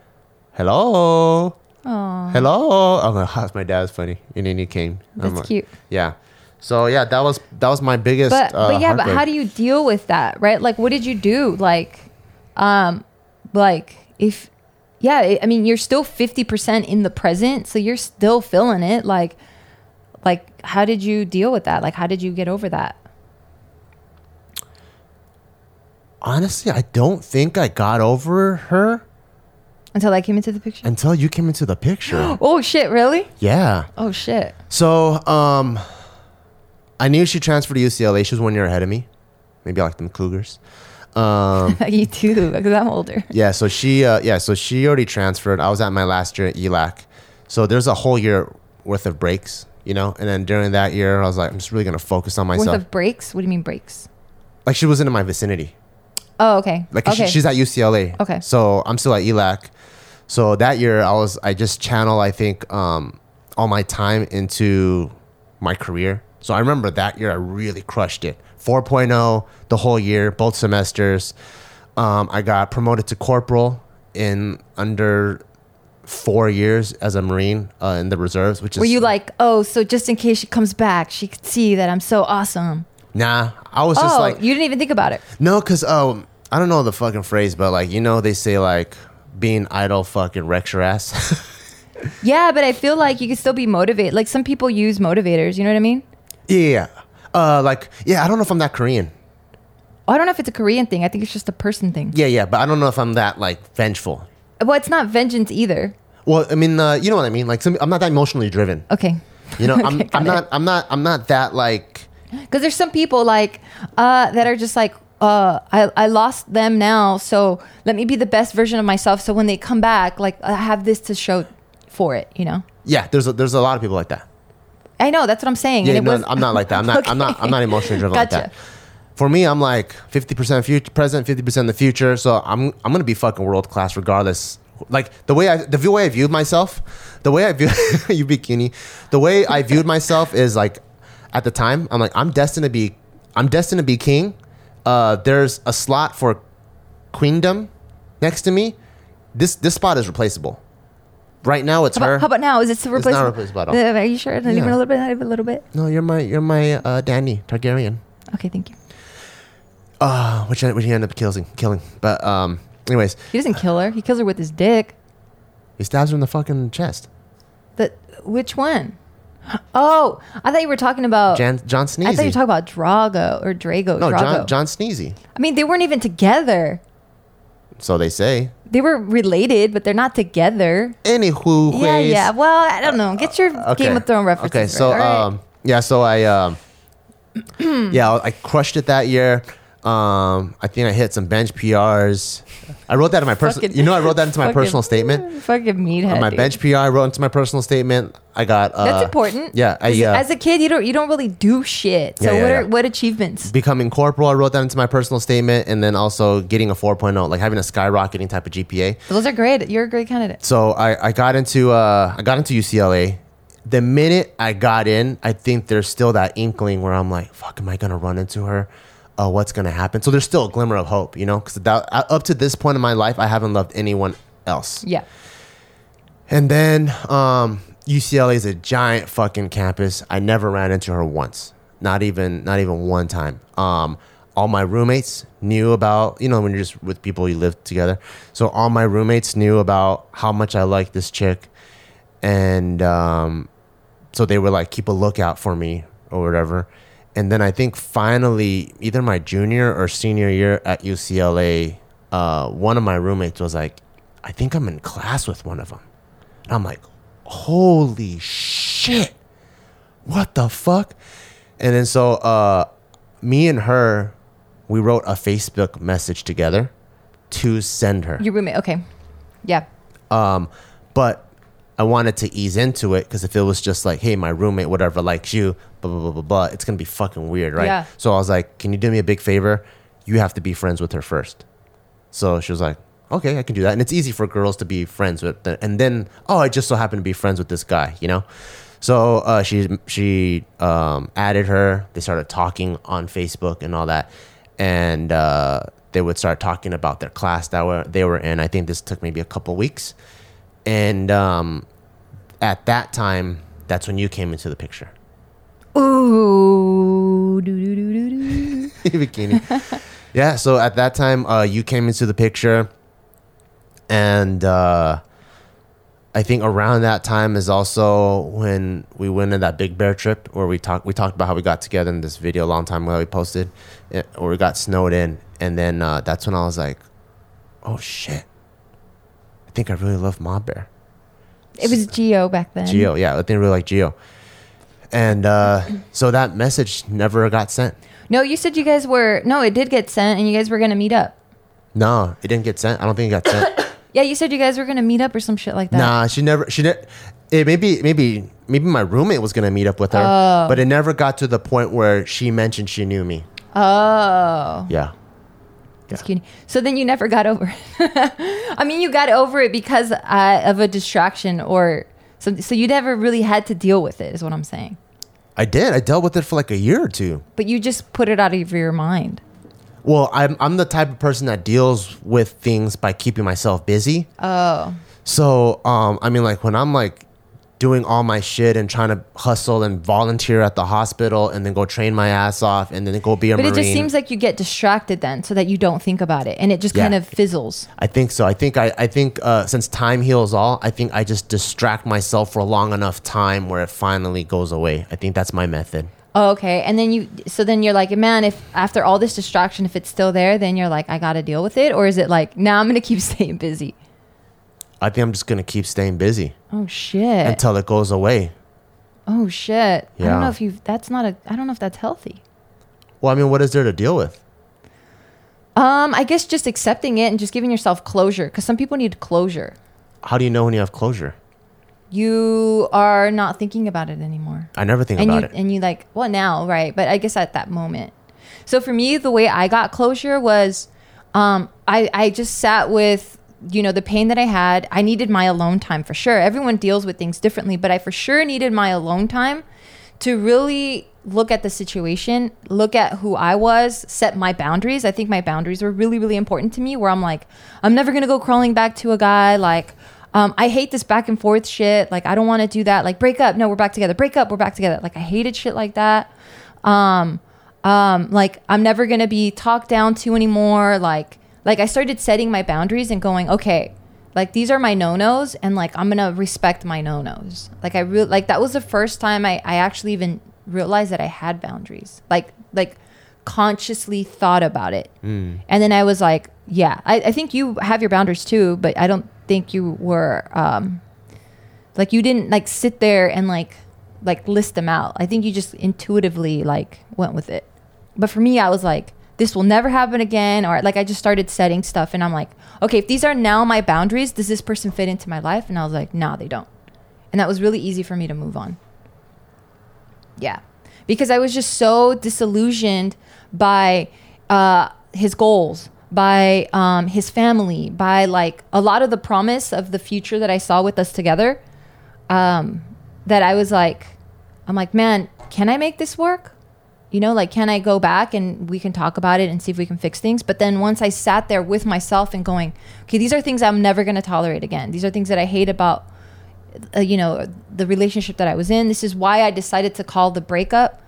hello. Hello. I'm like, oh, my dad's funny. And then he came. I'm That's like- cute. Yeah. So yeah, that was that was my biggest. But uh, but yeah, but how heartbreak. do you deal with that, right? Like, what did you do? Like, um, like if yeah, I- I mean, you're still fifty percent in the present, so you're still feeling it. Like, like how did you deal with that? Like, how did you get over that? Honestly, I don't think I got over her Until I came into the picture. until you came into the [GASPS] picture. Oh shit! Really? yeah. Oh shit! So, um, I knew she transferred to UCLA. She was one year ahead of me. Maybe I like them Cougars. Um, [LAUGHS] you too, because I'm older. yeah. So she, uh, yeah. So she already transferred. I was at my last year at E ELAC. So there's a whole year worth of breaks, you know. And then during that year, I was like, I'm just really gonna focus on myself. Worth of breaks? What do you mean breaks? like she wasn't in my vicinity. Oh, okay. Like 'cause she- okay. she's at UCLA. Okay. So I'm still at E ELAC. So that year I was I just channel I think um all my time into my career. So I remember that year I really crushed it. 4.0 the whole year, both semesters. Um, I got promoted to corporal in under four years as a Marine uh, in the reserves, which is Were you like, oh, so just in case she comes back, she could see that I'm so awesome? nah. I was just Oh, like you didn't even think about it. No, because um, I don't know the fucking phrase, but like you know they say like being idle fucking wrecks your ass. [LAUGHS] Yeah, but I feel like you can still be motivated. Like some people use motivators. You know what I mean? yeah, yeah, yeah. uh, like yeah, I don't know if I'm that Korean. Oh, I don't know if it's a Korean thing. I think it's just a person thing. Yeah, yeah, but I don't know if I'm that like vengeful. Well, it's not vengeance either. Well, I mean, uh, you know what I mean. Like some, I'm not that emotionally driven. Okay. You know, [LAUGHS] I'm, Okay, I'm got it. not, I'm not, I'm not that like. Because there's some people like uh, that are just like, uh, I, I lost them now, so let me be the best version of myself. So when they come back, like I have this to show for it. You know. Yeah, there's a, there's a lot of people like that. I know that's what I'm saying. Yeah, and it no, was, I'm not like that. I'm not. [LAUGHS] I'm not. I'm not emotionally driven like Gotcha. that. For me, I'm like 50% future, present, 50% the future. So I'm I'm gonna be fucking world class regardless. Like the way I the way I viewed myself, the way I view [LAUGHS] you bikini, the way I viewed myself is like at the time I'm like I'm destined to be I'm destined to be king. Uh, there's a slot for queendom next to me. This this spot is replaceable. Right now it's How her. about, how about now? Is it still It's not replaceable? replaceable at all. Uh, Are you sure? Not even Yeah. a little bit. Not even a little bit. no, you're my you're my uh, Danny Targaryen. Okay, thank you. Uh, which I- which he ended up killing killing. But um, anyways, He doesn't kill her. He kills her with his dick. he stabs her in the fucking chest. The which one? Oh, I thought you were talking about. Jan, John Sneezy. Oh, I thought you were talking about Drago or Drago. no, Drago. John John Sneezy. I mean, they weren't even together. So they say. They were related, but they're not together. Anywho, Yeah, ways. yeah. Well, I don't know. Get your Game of Thrones references. Uh, Okay, so right. All right. um, yeah, so [CLEARS THROAT] I um, yeah, I crushed it that year. Um, I think I hit some bench PRs. I wrote that in my personal. Fucking- You know, I wrote that into [LAUGHS] my fucking- personal statement. Fucking meathead. On my dude. bench PR, I wrote into my personal statement. I got uh, That's important. Yeah, I As- uh, As a kid, you don't you don't really do shit. So Yeah, yeah, what yeah. are what achievements? becoming corporal. I wrote that into my personal statement, and then also getting a 4.0, like having a skyrocketing type of GPA. Those are great. You're a great candidate. So I, I got into uh, I got into UCLA. The minute I got in, I think there's still that inkling where I'm like, "Fuck, am I gonna run into her? Uh, what's gonna happen?" So there's still a glimmer of hope, you know, because up to this point in my life, I haven't loved anyone else. Yeah. And then um, UCLA is a giant fucking campus. I never ran into her once, not even not even one time. Um, all my roommates knew about you know when you're just with people you live together. So all my roommates knew about how much I liked this chick, and um, so they were like keep a lookout for me or whatever. And then I think finally, either my junior or senior year at UCLA, uh, one of my roommates was like, "I think I'm in class with one of them." And I'm like, holy shit. What the fuck? And then so uh me and her, we wrote a Facebook message together to send her. Your roommate. Okay. Yeah. Um, but I wanted to ease into it because if it was just like, hey, my roommate, whatever, likes you, blah, blah, blah, blah, blah, it's going to be fucking weird, right? Yeah. So I was like, can you do me a big favor? You have to be friends with her first. So she was like, okay, I can do that. And it's easy for girls to be friends with. The, and then, oh, I just so happened to be friends with this guy, you know? So uh, she, she um, added her. They started talking on Facebook and all that. And uh, they would start talking about their class that were, they were in. I think this took maybe a couple weeks. And um, at that time, that's when you came into the picture. [LAUGHS] Ooh. Do, do, do, do, do. bikini. yeah, so at that time, uh, you came into the picture, and uh, I think around that time is also when we went on that Big Bear trip where we talked. We talked about how we got together in this video a long time ago. We posted, eh, or we got snowed in, and then uh, that's when I was like, "Oh shit, I think I really love Ma Bear." It was Geo back then. Geo, yeah, I think I really like Geo. And uh, so that message never got sent. No, you said you guys were. No, it did get sent, and you guys were gonna meet up. No, it didn't get sent. I don't think it got sent. Yeah, you said you guys were gonna meet up or some shit like that. Nah, she never. She did. It maybe maybe maybe my roommate was gonna meet up with her, Oh. but it never got to the point where she mentioned she knew me. Oh, Yeah, that's cute. So then you never got over it. [LAUGHS] I mean, you got over it because uh, of a distraction or so. So you never really had to deal with it, is what I'm saying. I did. I dealt with it for like a year or two. But you just put it out of your mind. Well, I'm I'm the type of person that deals with things by keeping myself busy. Oh, So, um, I mean, like when I'm like doing all my shit and trying to hustle and volunteer at the hospital and then go train my ass off and then go be a but marine. it just seems like you get distracted then, so that you don't think about it, and it just Yeah. kind of fizzles. I think so. I think I, I think uh, since time heals all, I think I just distract myself for a long enough time where it finally goes away. I think that's my method. Oh, okay, and then you. So then you're like, man, if after all this distraction, if it's still there, then you're like, I got to deal with it, or is it like, now I'm gonna keep [LAUGHS] staying busy? I think I'm just gonna keep staying busy Oh shit. until it goes away. Oh shit! I don't know Yeah. if you. That's not a. I don't know if that's healthy. Well, I mean, what is there to deal with? Um, I guess just accepting it and just giving yourself closure because some people need closure. How do you know when you have closure? You are not thinking about it anymore, I never think and about you it. and you like well now right, but I guess at that moment. So for me, the way I got closure was, um, I I just sat with you know the pain that I had. I needed my alone time for sure. Everyone deals with things differently, but I for sure needed my alone time to really look at the situation, look at who I was, set my boundaries. I think my boundaries were really, really important to me where I'm like, I'm never going to go crawling back to a guy. Like, um, I hate this back and forth shit. Like, I don't want to do that. Like, break up. No, we're back together. Break up. We're back together. Like, I hated shit like that. Um, um, like, I'm never going to be talked down to anymore. Like, like I started setting my boundaries and going, okay, like these are my no-nos and like i'm gonna respect my no-nos like i really like that was the first time I, I actually even realized that i had boundaries like like consciously thought about it and then i was like yeah I, I think you have your boundaries too but i don't think you were um like you didn't like sit there and like like list them out i think you just intuitively like went with it but for me i was like this will never happen again or like i just started setting stuff and i'm like okay if these are now my boundaries does this person fit into my life and i was like nah they don't and that was really easy for me to move on yeah because i was just so disillusioned by uh, his goals by um, his family by like a lot of the promise of the future that i saw with us together um, that I was like, I'm like, man, can I make this work? You know, like, can I go back and we can talk about it and see if we can fix things? But then once I sat there with myself and going, okay, these are things I'm never going to tolerate again. These are things that I hate about, uh, you know, the relationship that I was in. This is why I decided to call the breakup.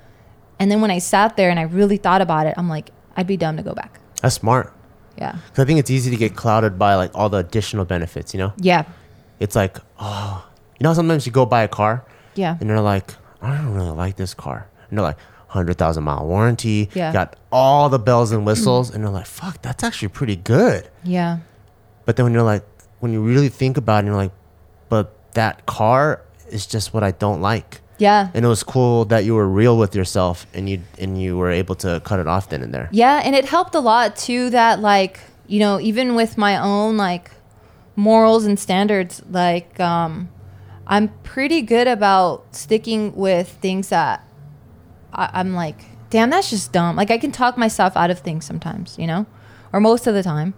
And then when I sat there and I really thought about it, I'm like, I'd be dumb to go back. That's smart. Yeah. 'Cause I think it's easy to get clouded by like all the additional benefits. You know, Yeah. it's like oh, you know, how sometimes you go buy a car Yeah. and they're like, I don't really like this car, and they're like. Hundred thousand mile warranty. Yeah. Got all the bells and whistles, and they're like, "Fuck, that's actually pretty good." Yeah. But then when you're like, when you really think about it, you're like, but that car is just what I don't like. Yeah. And it was cool that you were real with yourself and you and you were able to cut it off then and there. Yeah, and it helped a lot too that like, you know, even with my own like morals and standards, like um I'm pretty good about sticking with things that I, I'm like, damn, that's just dumb. Like I can talk myself out of things sometimes, you know, or most of the time.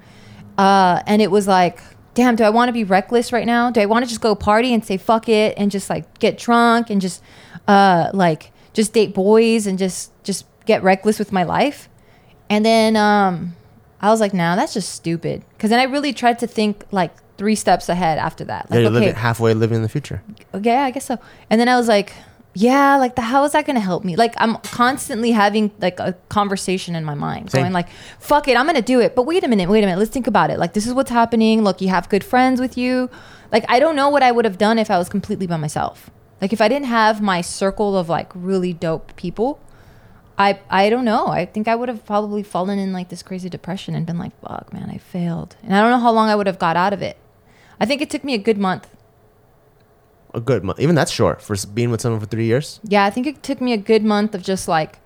Uh, and it was like, damn, do I want to be reckless right now? Do I want to just go party and say fuck it and just like get drunk and just uh, like just date boys and just just get reckless with my life? And then um, I was like, nah, that's just stupid. Because then I really tried to think like three steps ahead after that. Yeah, Like, you're living halfway living in the future. okay, I guess so. And then I was like, yeah, like the how is that gonna help me? Like I'm constantly having like a conversation in my mind, Same. going like, fuck it, I'm gonna do it. But wait a minute, wait a minute, let's think about it. Like this is what's happening. Look, you have good friends with you. Like I don't know what I would have done if I was completely by myself. Like if I didn't have my circle of like really dope people, I I don't know. I think I would have probably fallen in like this crazy depression and been like, fuck man, I failed. And I don't know how long I would have got out of it. I think it took me a good month. A good month. Even that's short for s- being with someone for three years. Yeah, I think it took me a good month of just like,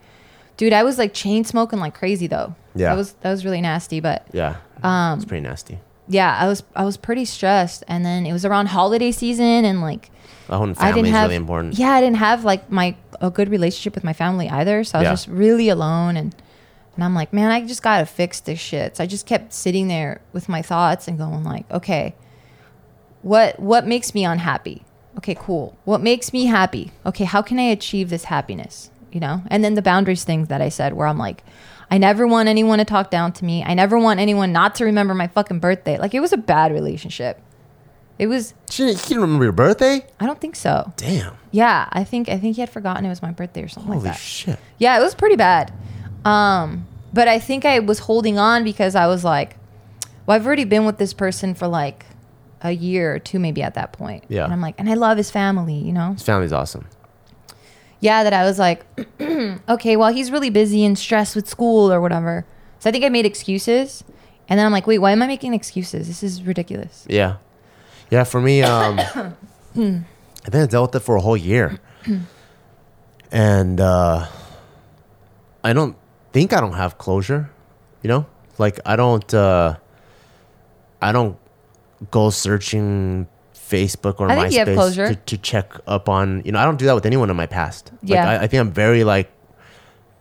dude, I was like chain smoking like crazy though. Yeah. that was that was really nasty, but Yeah. Um, it's pretty nasty. yeah, I was I was pretty stressed, and then it was around holiday season, and like A whole I family didn't is have really important. yeah, I didn't have like my a good relationship with my family either, so I was Yeah. just really alone, and and I'm like, man, I just gotta fix this shit. So I just kept sitting there with my thoughts and going like, okay, what what makes me unhappy okay cool what makes me happy okay how can i achieve this happiness you know and then the boundaries thing that i said where i'm like i never want anyone to talk down to me i never want anyone not to remember my fucking birthday like it was a bad relationship it was She, you can remember your birthday? i don't think so Damn. yeah i think i think he had forgotten it was my birthday or something Holy like that shit. yeah, it was pretty bad. Um, but I think I was holding on because I was like, well, I've already been with this person for like a year or two, maybe at that point. Yeah. And I'm like, and I love his family, you know? His family's awesome. Yeah, that I was like, [CLEARS THROAT] okay, well, he's really busy and stressed with school or whatever. So I think I made excuses. And then I'm like, wait, why am I making excuses? This is ridiculous. Yeah. Yeah, [COUGHS] for me, um, I think I dealt with it for a [COUGHS] whole year. and uh, I don't think I don't have closure, you know? Like, I don't, uh, I don't go searching Facebook or I MySpace think you have closure. To, to check up on, you know, I don't do that with anyone in my past. Yeah. Like, I, I think I'm very, like,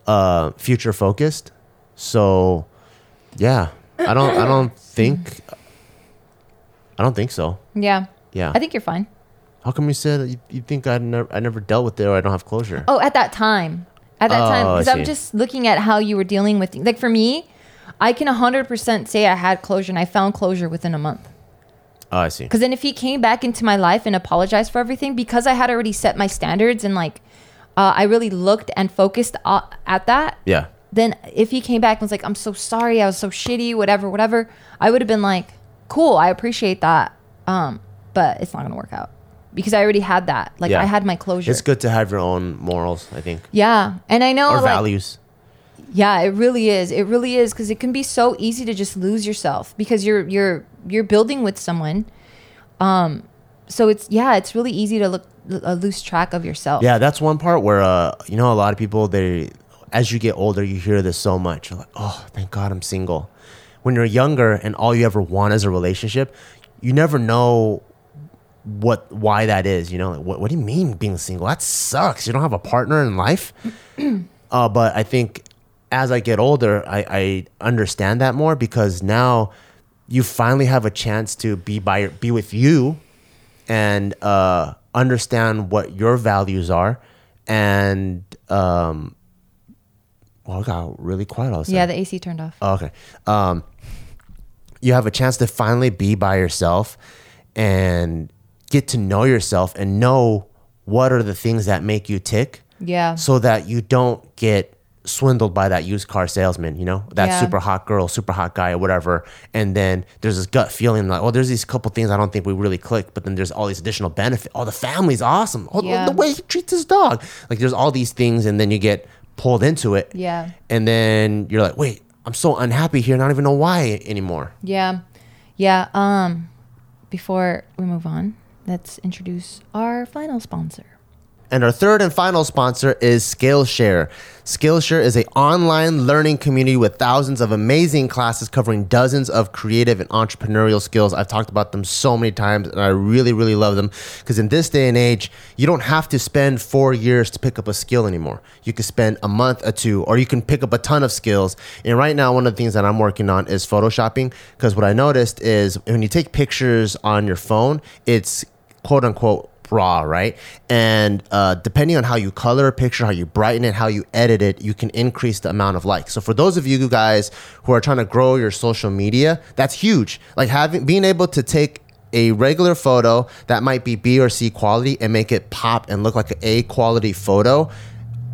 uh, future focused. So, yeah, I don't, [CLEARS THROAT] I don't think, I don't think so. Yeah. Yeah. I think you're fine. How come you said you, you think I never I never dealt with it or I don't have closure? Oh, at Oh, that time. at that time Oh, I because I'm see. just looking at how you were dealing with things. Like for me, I can 100% say I had closure and I found closure within a month. Oh, I see. Because then if he came back into my life and apologized for everything, because I had already set my standards and like uh, I really looked and focused uh, at that, Yeah. then if he came back and was like, I'm so sorry, I was so shitty, whatever, whatever, I would have been like, cool, I appreciate that. Um, but it's not going to work out because I already had that. Like Yeah. I had my closure. It's good to have your own morals, I think, Yeah. And I know or like, values. yeah, it really is. It really is because it can be so easy to just lose yourself because you're you're you're building with someone. Um, so it's yeah, it's really easy to look uh, lose track of yourself. Yeah, that's one part where uh, you know a lot of people they, as you get older, you hear this so much. You're like, oh, thank God I'm single. When you're younger and all you ever want is a relationship, you never know what why that is. You know, like, what what do you mean being single? That sucks. You don't have a partner in life. uh, but I think as I get older, I, I understand that more because now you finally have a chance to be by your- be with you and uh, understand what your values are and um well I got really quiet all of a sudden. yeah. The AC turned off. Oh, okay. Um, you have a chance to finally be by yourself and get to know yourself and know what are the things that make you tick. Yeah. So that you don't get swindled by that used car salesman, you know, that Yeah. super hot girl, super hot guy, or whatever. And then there's this gut feeling like, oh, there's these couple things I don't think we really click, but then there's all these additional benefits. Oh, the family's awesome. Oh, the- Yeah. the way he treats his dog. Like there's all these things, and then you get pulled into it Yeah. and then you're like, wait, I'm so unhappy here, and I don't even know why anymore. Yeah. Yeah. Um, before we move on, let's introduce our final sponsor. And our third and final sponsor is Skillshare. Skillshare is an online learning community with thousands of amazing classes covering dozens of creative and entrepreneurial skills. I've talked about them so many times, and I really, really love them because in this day and age, you don't have to spend four years to pick up a skill anymore. You can spend a month or two, or you can pick up a ton of skills. And right now, one of the things that I'm working on is photoshopping because what I noticed is when you take pictures on your phone, it's quote unquote raw, right? And uh, depending on how you color a picture, how you brighten it, how you edit it, you can increase the amount of likes. So for those of you guys who are trying to grow your social media, that's huge. Like having being able to take a regular photo that might be B or C quality and make it pop and look like an A quality photo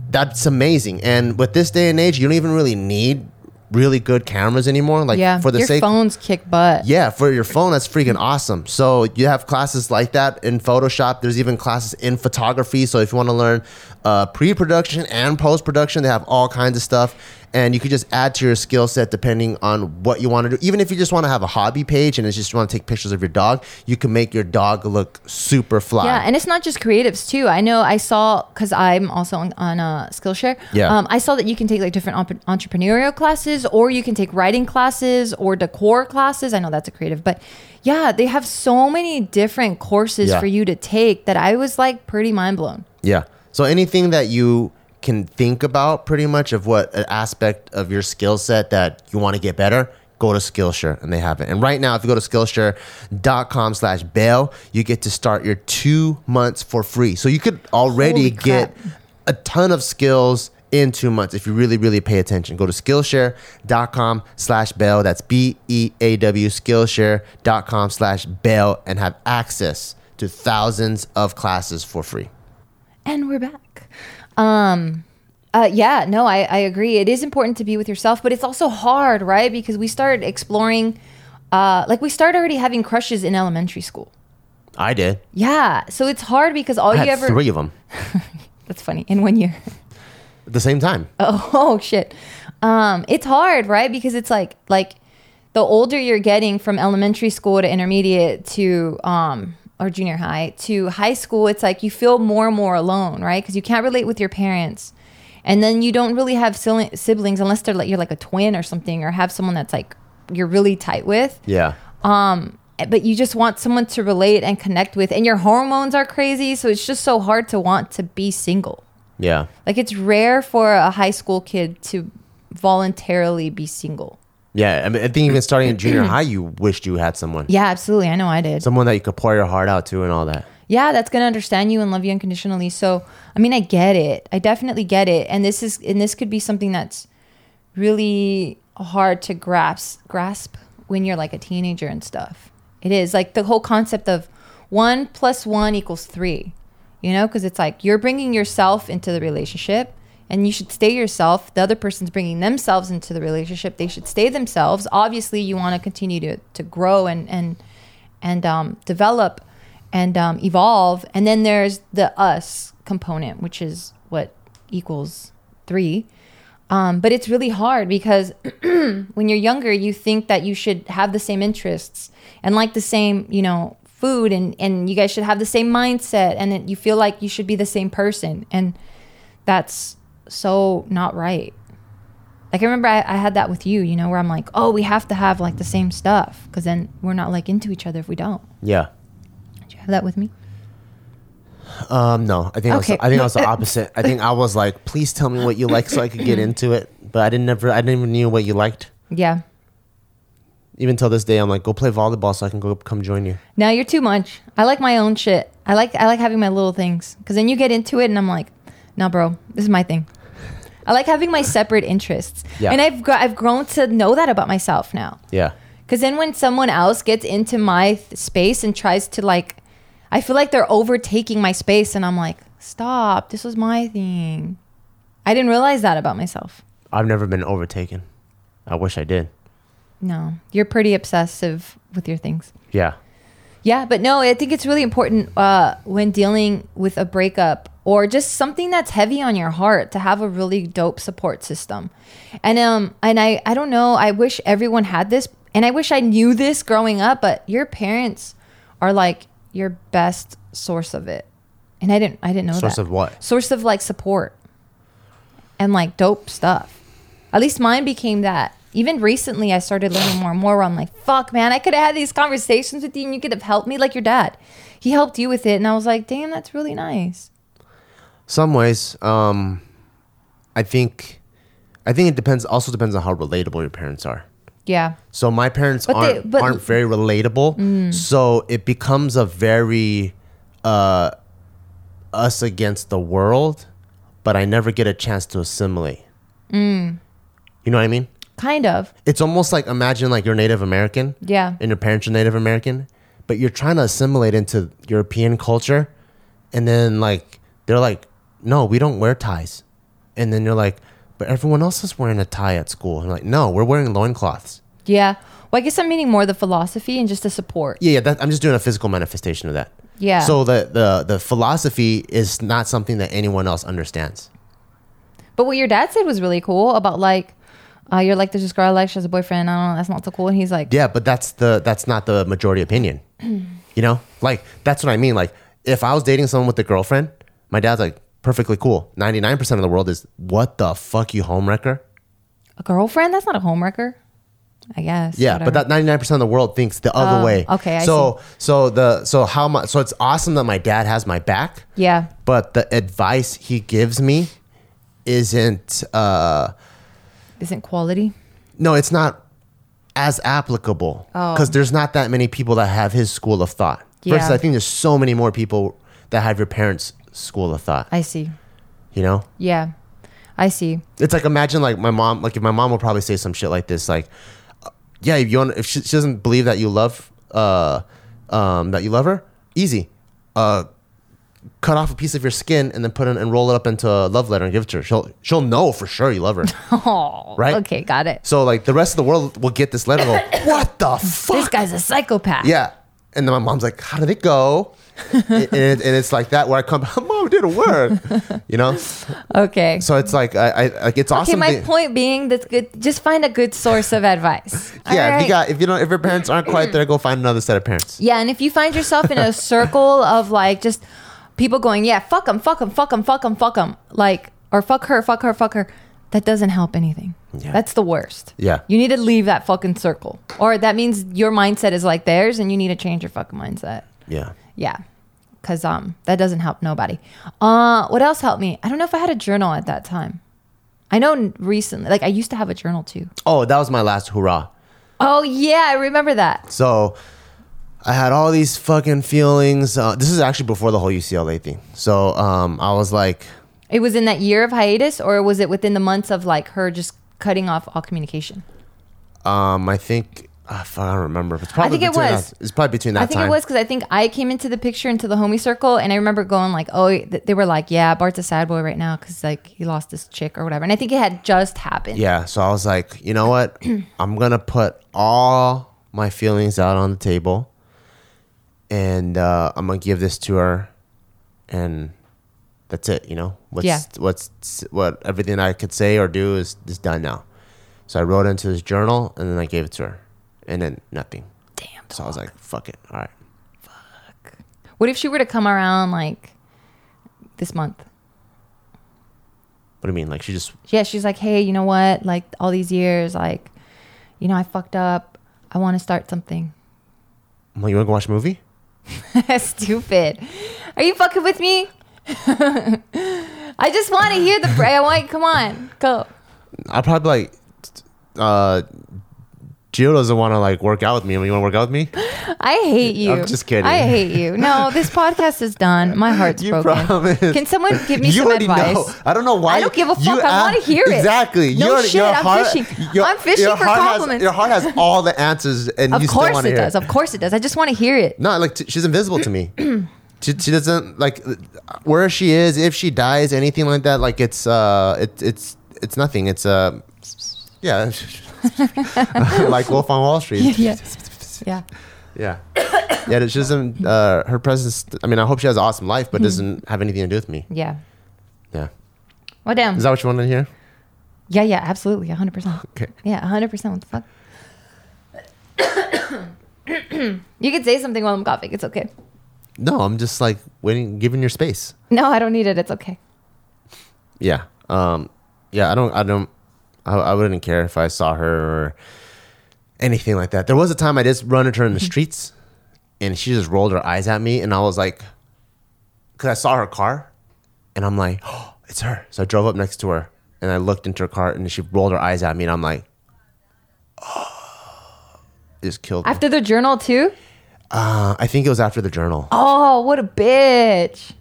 that's amazing. And with this day and age, you don't even really need really good cameras anymore. Like yeah. for the Your sake phones kick butt. yeah, for your phone, that's freaking awesome. So you have classes like that in Photoshop. There's even classes in photography. So if you want to learn uh, pre-production and post-production, they have all kinds of stuff, and you can just add to your skill set depending on what you want to do. Even if you just want to have a hobby page and it's just you want to take pictures of your dog, you can make your dog look super fly. Yeah, and it's not just creatives too. I know I saw because I'm also on, on uh, Skillshare. Yeah. um, I saw that you can take like different op- entrepreneurial classes, or you can take writing classes or decor classes. I know that's a creative, but yeah, they have so many different courses Yeah. for you to take that I was like pretty mind blown. Yeah. So anything that you can think about pretty much of what an aspect of your skill set that you want to get better, go to Skillshare and they have it. And right now, if you go to Skillshare.com slash bail, you get to start your two months for free. So you could already Holy crap. get a ton of skills in two months if you really, really pay attention. Go to Skillshare.com slash bail. That's E B-E-A-W, Skillshare.com slash bail and have access to thousands of classes for free. And we're back. Um, uh, yeah, no, I, I agree. It is important to be with yourself, but it's also hard, right? Because we start exploring, uh, like we start already having crushes in elementary school. I did. Yeah, so it's hard because all I you had ever three of them That's funny. In one year. [LAUGHS] at the same time. Oh, shit. Um, it's hard, right? Because it's like like the older you're getting from elementary school to intermediate to um or junior high to high school, it's like you feel more and more alone, right? Because you can't relate with your parents. And then you don't really have sibling- siblings unless they're like you're like a twin or something or have someone that's like you're really tight with. Eh, yeah. But you just want someone to relate and connect with and your hormones are crazy, so it's just so hard to want to be single. Yeah. Like it's rare for a high school kid to voluntarily be single. Yeah. I, mean, I think [CLEARS THROAT] even starting in junior high, you wished you had someone. Yeah, absolutely. I know I did. Someone that you could pour your heart out to and all that. yeah, that's gonna understand you and love you unconditionally. So, I mean, I get it. I definitely get it. And this is, and this could be something that's really hard to grasp grasp when you're like a teenager and stuff. It is like the whole concept of one plus one equals three, you know, because it's like you're bringing yourself into the relationship and you should stay yourself. The other person's bringing themselves into the relationship. They should stay themselves. Obviously, you want to continue to, to grow and, and, and um, develop and um, evolve. And then there's the us component, which is what equals three. Um, but it's really hard because when you're younger, you think that you should have the same interests and like the same, you know, food and, and you guys should have the same mindset and it, you feel like you should be the same person. And that's so not right. Like I remember I, I had that with you, you know, where I'm like, oh, we have to have like the same stuff because then we're not like into each other if we don't. Yeah. Did you have that with me? Um, no, I think I was, Okay. I think I was [LAUGHS] the opposite. I think I was like, please tell me what you like so I could get into it. But I didn't never, I didn't even knew what you liked. Yeah. Even till this day, I'm like, go play volleyball so I can go come join you. No, you're too much. I like my own shit. I like I like having my little things because then you get into it and I'm like, nah, bro, this is my thing. I like having my separate interests, Yeah. and I've gr- I've grown to know that about myself now. Yeah. Because then when someone else gets into my th- space and tries to like, I feel like they're overtaking my space, and I'm like, stop. This was my thing. I didn't realize that about myself. I've never been overtaken. I wish I did. No, you're pretty obsessive with your things. Yeah. Yeah, but no, I think it's really important uh, when dealing with a breakup or just something that's heavy on your heart to have a really dope support system. And um, and I I don't know. I wish everyone had this, and I wish I knew this growing up. But your parents are like your best source of it, and I didn't I didn't know Source that. of what? source of like support and like dope stuff. At least mine became that. Even recently, I started learning more and more. Where I'm like, fuck, man, I could have had these conversations with you and you could have helped me like your dad. He helped you with it. And I was like, damn, that's really nice. Some ways, um, I think, I think it depends. Also depends on how relatable your parents are. Yeah. So my parents But they- aren't but- Mm. aren't very relatable. So it becomes a very uh, us against the world, but I never get a chance to assimilate. Mm. You know what I mean? Kind of. It's almost like imagine like you're Native American Yeah. and your parents are Native American, but you're trying to assimilate into European culture, and then like they're like, no, we don't wear ties, and then you're like, but everyone else is wearing a tie at school, and you're like, no, we're wearing loincloths. Yeah. Well, I guess I'm meaning more the philosophy and just the support. Yeah, yeah. That, I'm just doing a physical manifestation of that. Yeah. So the the the philosophy is not something that anyone else understands. But what your dad said was really cool about like, uh, you're like, there's this girl I like, she has a boyfriend. I don't know, that's not so cool. And he's like, Yeah, but that's the that's not the [CLEARS THROAT] majority opinion. you know, like that's what I mean. Like if I was dating someone with a girlfriend, my dad's like perfectly cool. Ninety nine percent of the world is what the fuck you homewrecker. a girlfriend? That's not a homewrecker. I guess. Yeah, whatever. but that ninety nine percent of the world thinks the other Oh, way. okay, I so so the so how much so it's awesome that my dad has my back. Yeah. But the advice he gives me isn't uh Isn't quality? no, it's not as applicable Oh. because there's not that many people that have his school of thought. Versus, Yeah. I think there's so many more people that have your parents' school of thought. I see. You know, Yeah, I see. [LAUGHS] it's like imagine like my mom, like if my mom will probably say some shit like this, like, uh, yeah, if you want, if she, she doesn't believe that you love, uh, um, that you love her, easy, uh, cut off a piece of your skin and then put it and roll it up into a love letter and give it to her. She'll she'll know for sure you love [LAUGHS] her. Oh, Right? Okay, got it. so like the rest of the world will get this letter. [COUGHS] And go, what the fuck? This guy's a psychopath. Yeah. And then my mom's like, how did it go? and, and it- and it's like that where I come, mom it didn't work, you know? Okay. So it's like, I, I like, it's okay. awesome. My that- point being, that's good. Just find a good source of advice. All [LAUGHS] yeah. If right. you got, if you don't, if your parents aren't quite there, go find another set of parents. yeah, and if you find yourself in [LAUGHS] a circle of like just people going, yeah, fuck him, fuck him, fuck him, fuck him, fuck him, like or fuck her, fuck her, fuck her, that doesn't help anything. Yeah. That's the worst. Yeah. You need to leave that fucking circle, or that means your mindset is like theirs, and you need to change your fucking mindset. Yeah. Yeah. Cause um that doesn't help nobody. Uh what else helped me? I don't know if I had a journal at that time. I know n- recently like I used to have a journal too. Oh, that was my last hurrah. Oh yeah, I remember that. So I I had all these fucking feelings. Uh, this is actually before the whole UCLA thing. So um, I was like, It was in that year of hiatus, or was it within the months of like her just cutting off all communication? um, I think ah, fuck, I don't remember. It's probably think it between was. That, it's probably between that I think time. it was because I think I came into the picture into the homie circle, and I remember going like, "Oh, th- they were like, yeah, Bart's a sad boy right now because like he lost this chick or whatever." And I think it had just happened. Yeah. So I was like, you know [CLEARS THROAT] what? I'm gonna put all my feelings out on the table, and uh, I'm gonna give this to her, and that's it. You know, what's Yeah. what's what everything I could say or do is is done now. So I wrote it into this journal, and then I gave it to her, and then nothing. Damn. So I was like, fuck it. All right. What if she were to come around like this month? What do you mean? Like she just Yeah, she's like, "Hey, you know what? Like all these years, like, you know, I fucked up. I want to start something." [LAUGHS] I'm like, you wanna go watch a movie? Stupid. Are you fucking with me? [LAUGHS] I just want to hear the pray. I want. Come on, go. I'd probably be like, uh, Gio doesn't want to like work out with me. You want to work [LAUGHS] out with me? I hate you. I'm just kidding. I hate you. No, this podcast is done. My heart's You broken. [LAUGHS] promise. Can someone give me you some already advice? know. I don't know why. I don't give a you fuck. I ask- wanna hear it. Exactly. No you already- shit, I'm fishing. I'm fishing your for heart has- compliments. your heart has all the answers, and Of you still course want it to hear. does. Of course it does. I just want to hear [LAUGHS] it. [LAUGHS] No, like t- she's invisible [CLEARS THROAT] to me. she, she doesn't like where she is, if she dies, anything like that. Like it's uh, it, it's it's nothing. It's uh, yeah, [LAUGHS] like Wolf on [LAUGHS] Wall Street. yeah. Yeah. Yeah. Yeah, she doesn't, uh, her presence, I mean, I hope she has an awesome life, Hmm. but doesn't have anything to do with me. Yeah. Yeah. Well, damn. Is that what you wanted to hear? yeah, yeah, absolutely. 100%. Okay. Yeah, 100%. What the fuck? [COUGHS] you could say something while I'm coughing. It's okay. No, I'm just like waiting, giving your space. No, I don't need it. It's okay. Yeah. Um, yeah, I don't, I don't, I, I wouldn't care if I saw her or anything like that. There was a time I just run into her in the streets and she just rolled her eyes at me and I was like, because I saw her car and I'm like, oh, it's her. So I drove up next to her and I looked into her car and she rolled her eyes at me and I'm like, [GASPS] oh, just killed me. After the journal, too? Uh, I think it was after the journal. Oh, what a bitch.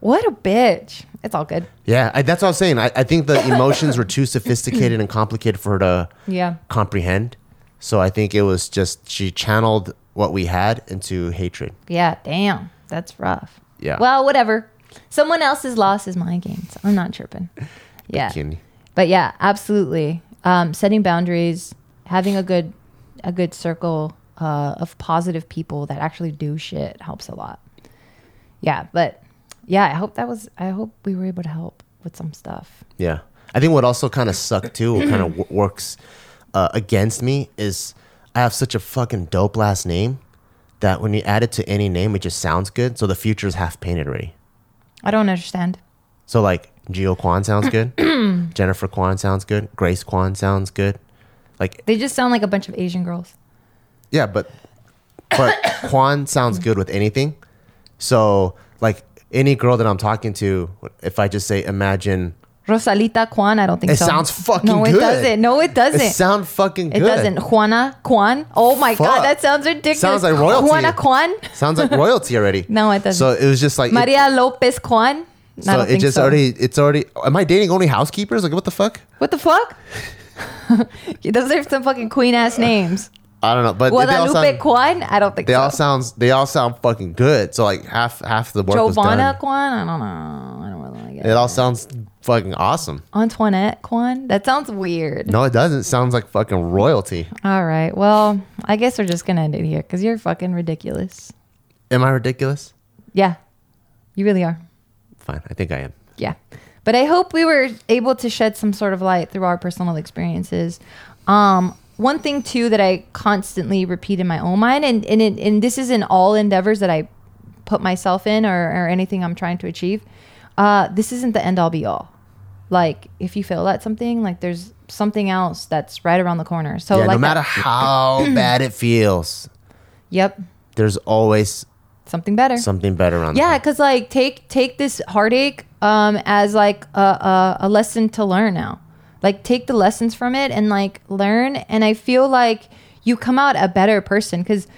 What a bitch. It's all good. Yeah, I, that's what I was saying. I, I think the emotions were too sophisticated and complicated for her to Yeah. comprehend. So I think it was just she channeled what we had into hatred. Yeah, damn. That's rough. Yeah. Well, whatever. Someone else's loss is my gain. So I'm not tripping. Yeah. Can- But yeah, absolutely. Um, setting boundaries, having a good a good circle uh, of positive people that actually do shit helps a lot. Yeah, but yeah, I hope that was I hope we were able to help with some stuff. Yeah. I think what also kind of sucked too, what kind of works uh, against me is I have such a fucking dope last name that when you add it to any name, it just sounds good. So the future is half painted already. I don't understand. So like Gio Kwan sounds good. Jennifer Kwan sounds good. Grace Kwan sounds good. Like They just sound like a bunch of Asian girls. Yeah, but [COUGHS] but Kwan sounds good with anything. So like any girl that I'm talking to, if I just say imagine, Rosalita Kwan, I don't think it so. sounds fucking No, good. it doesn't. No, it doesn't. It sound fucking good. It doesn't. Juana Kwan. Oh my Fuck. god, that sounds ridiculous. Sounds like royalty. Juana Kwan. Sounds like royalty already. [LAUGHS] No, it doesn't. So it was just like it- Maria Lopez Kwan. I so don't it think just so. already. It's already. Am I dating only housekeepers? Like what the fuck? What the fuck? [LAUGHS] Those are some fucking queen ass names. I don't know. But they all Guadalupe sound. Kwan. I don't think They so. all sounds. They all sound fucking good. So like half half the work was Giovanna done. Kwan. I don't know. I don't really like it. It all sounds fucking awesome. Antoinette Kwan. That sounds weird. No, it doesn't. It sounds like fucking royalty. All right. Well, I guess we're just gonna end it here because you're fucking ridiculous. Am I ridiculous? Yeah, you really are. Fine. I think I am. yeah but i hope we were able to shed some sort of light through our personal experiences um one thing too that i constantly repeat in my own mind and and, it, and this is in all endeavors that i put myself in or, or anything i'm trying to achieve uh this isn't the end all be all like if you fail at something like there's something else that's right around the corner so Yeah, like no matter that- [CLEARS THROAT] how bad it feels, yep there's always something better something better on. the Yeah, corner. because like take take this heartache um, as like a, a a lesson to learn now. Like take the lessons from it and like learn. And I feel like you come out a better person because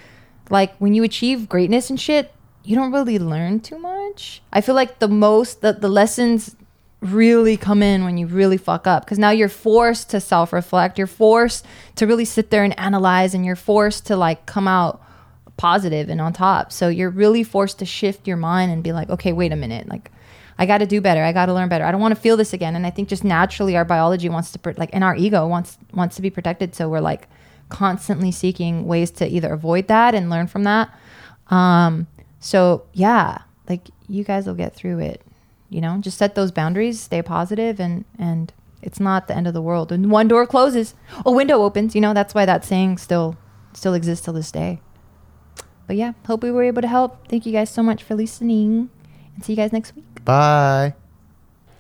like when you achieve greatness and shit, you don't really learn too much. I feel like the most the, the lessons really come in when you really fuck up because now you're forced to self reflect. You're forced to really sit there and analyze, and you're forced to like come out positive and on top. So you're really forced to shift your mind and be like, okay, wait a minute, like. I got to do better. I got to learn better. I don't want to feel this again. And I think just naturally our biology wants to pr- like and our ego wants wants to be protected, so we're like constantly seeking ways to either avoid that and learn from that. Um so yeah, like you guys will get through it. You know, just set those boundaries, stay positive and and it's not the end of the world. And one door closes, a window opens, you know, that's why that saying still still exists till this day. But yeah, hope we were able to help. Thank you guys so much for listening. And see you guys next week. Bye.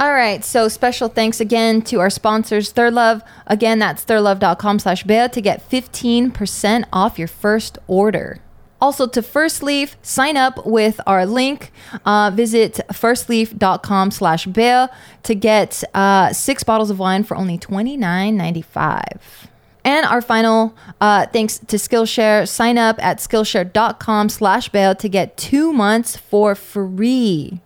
All right, so special thanks again to our sponsors, Third Love. Again, that's thirdlove.com slash bea to get 15% off your first order. Also to First Leaf, sign up with our link. Uh, visit firstleaf.com slash bea to get uh, six bottles of wine for only $29.95. And our final uh, thanks to Skillshare. Sign up at skillshare.com slash bail to get two months for free.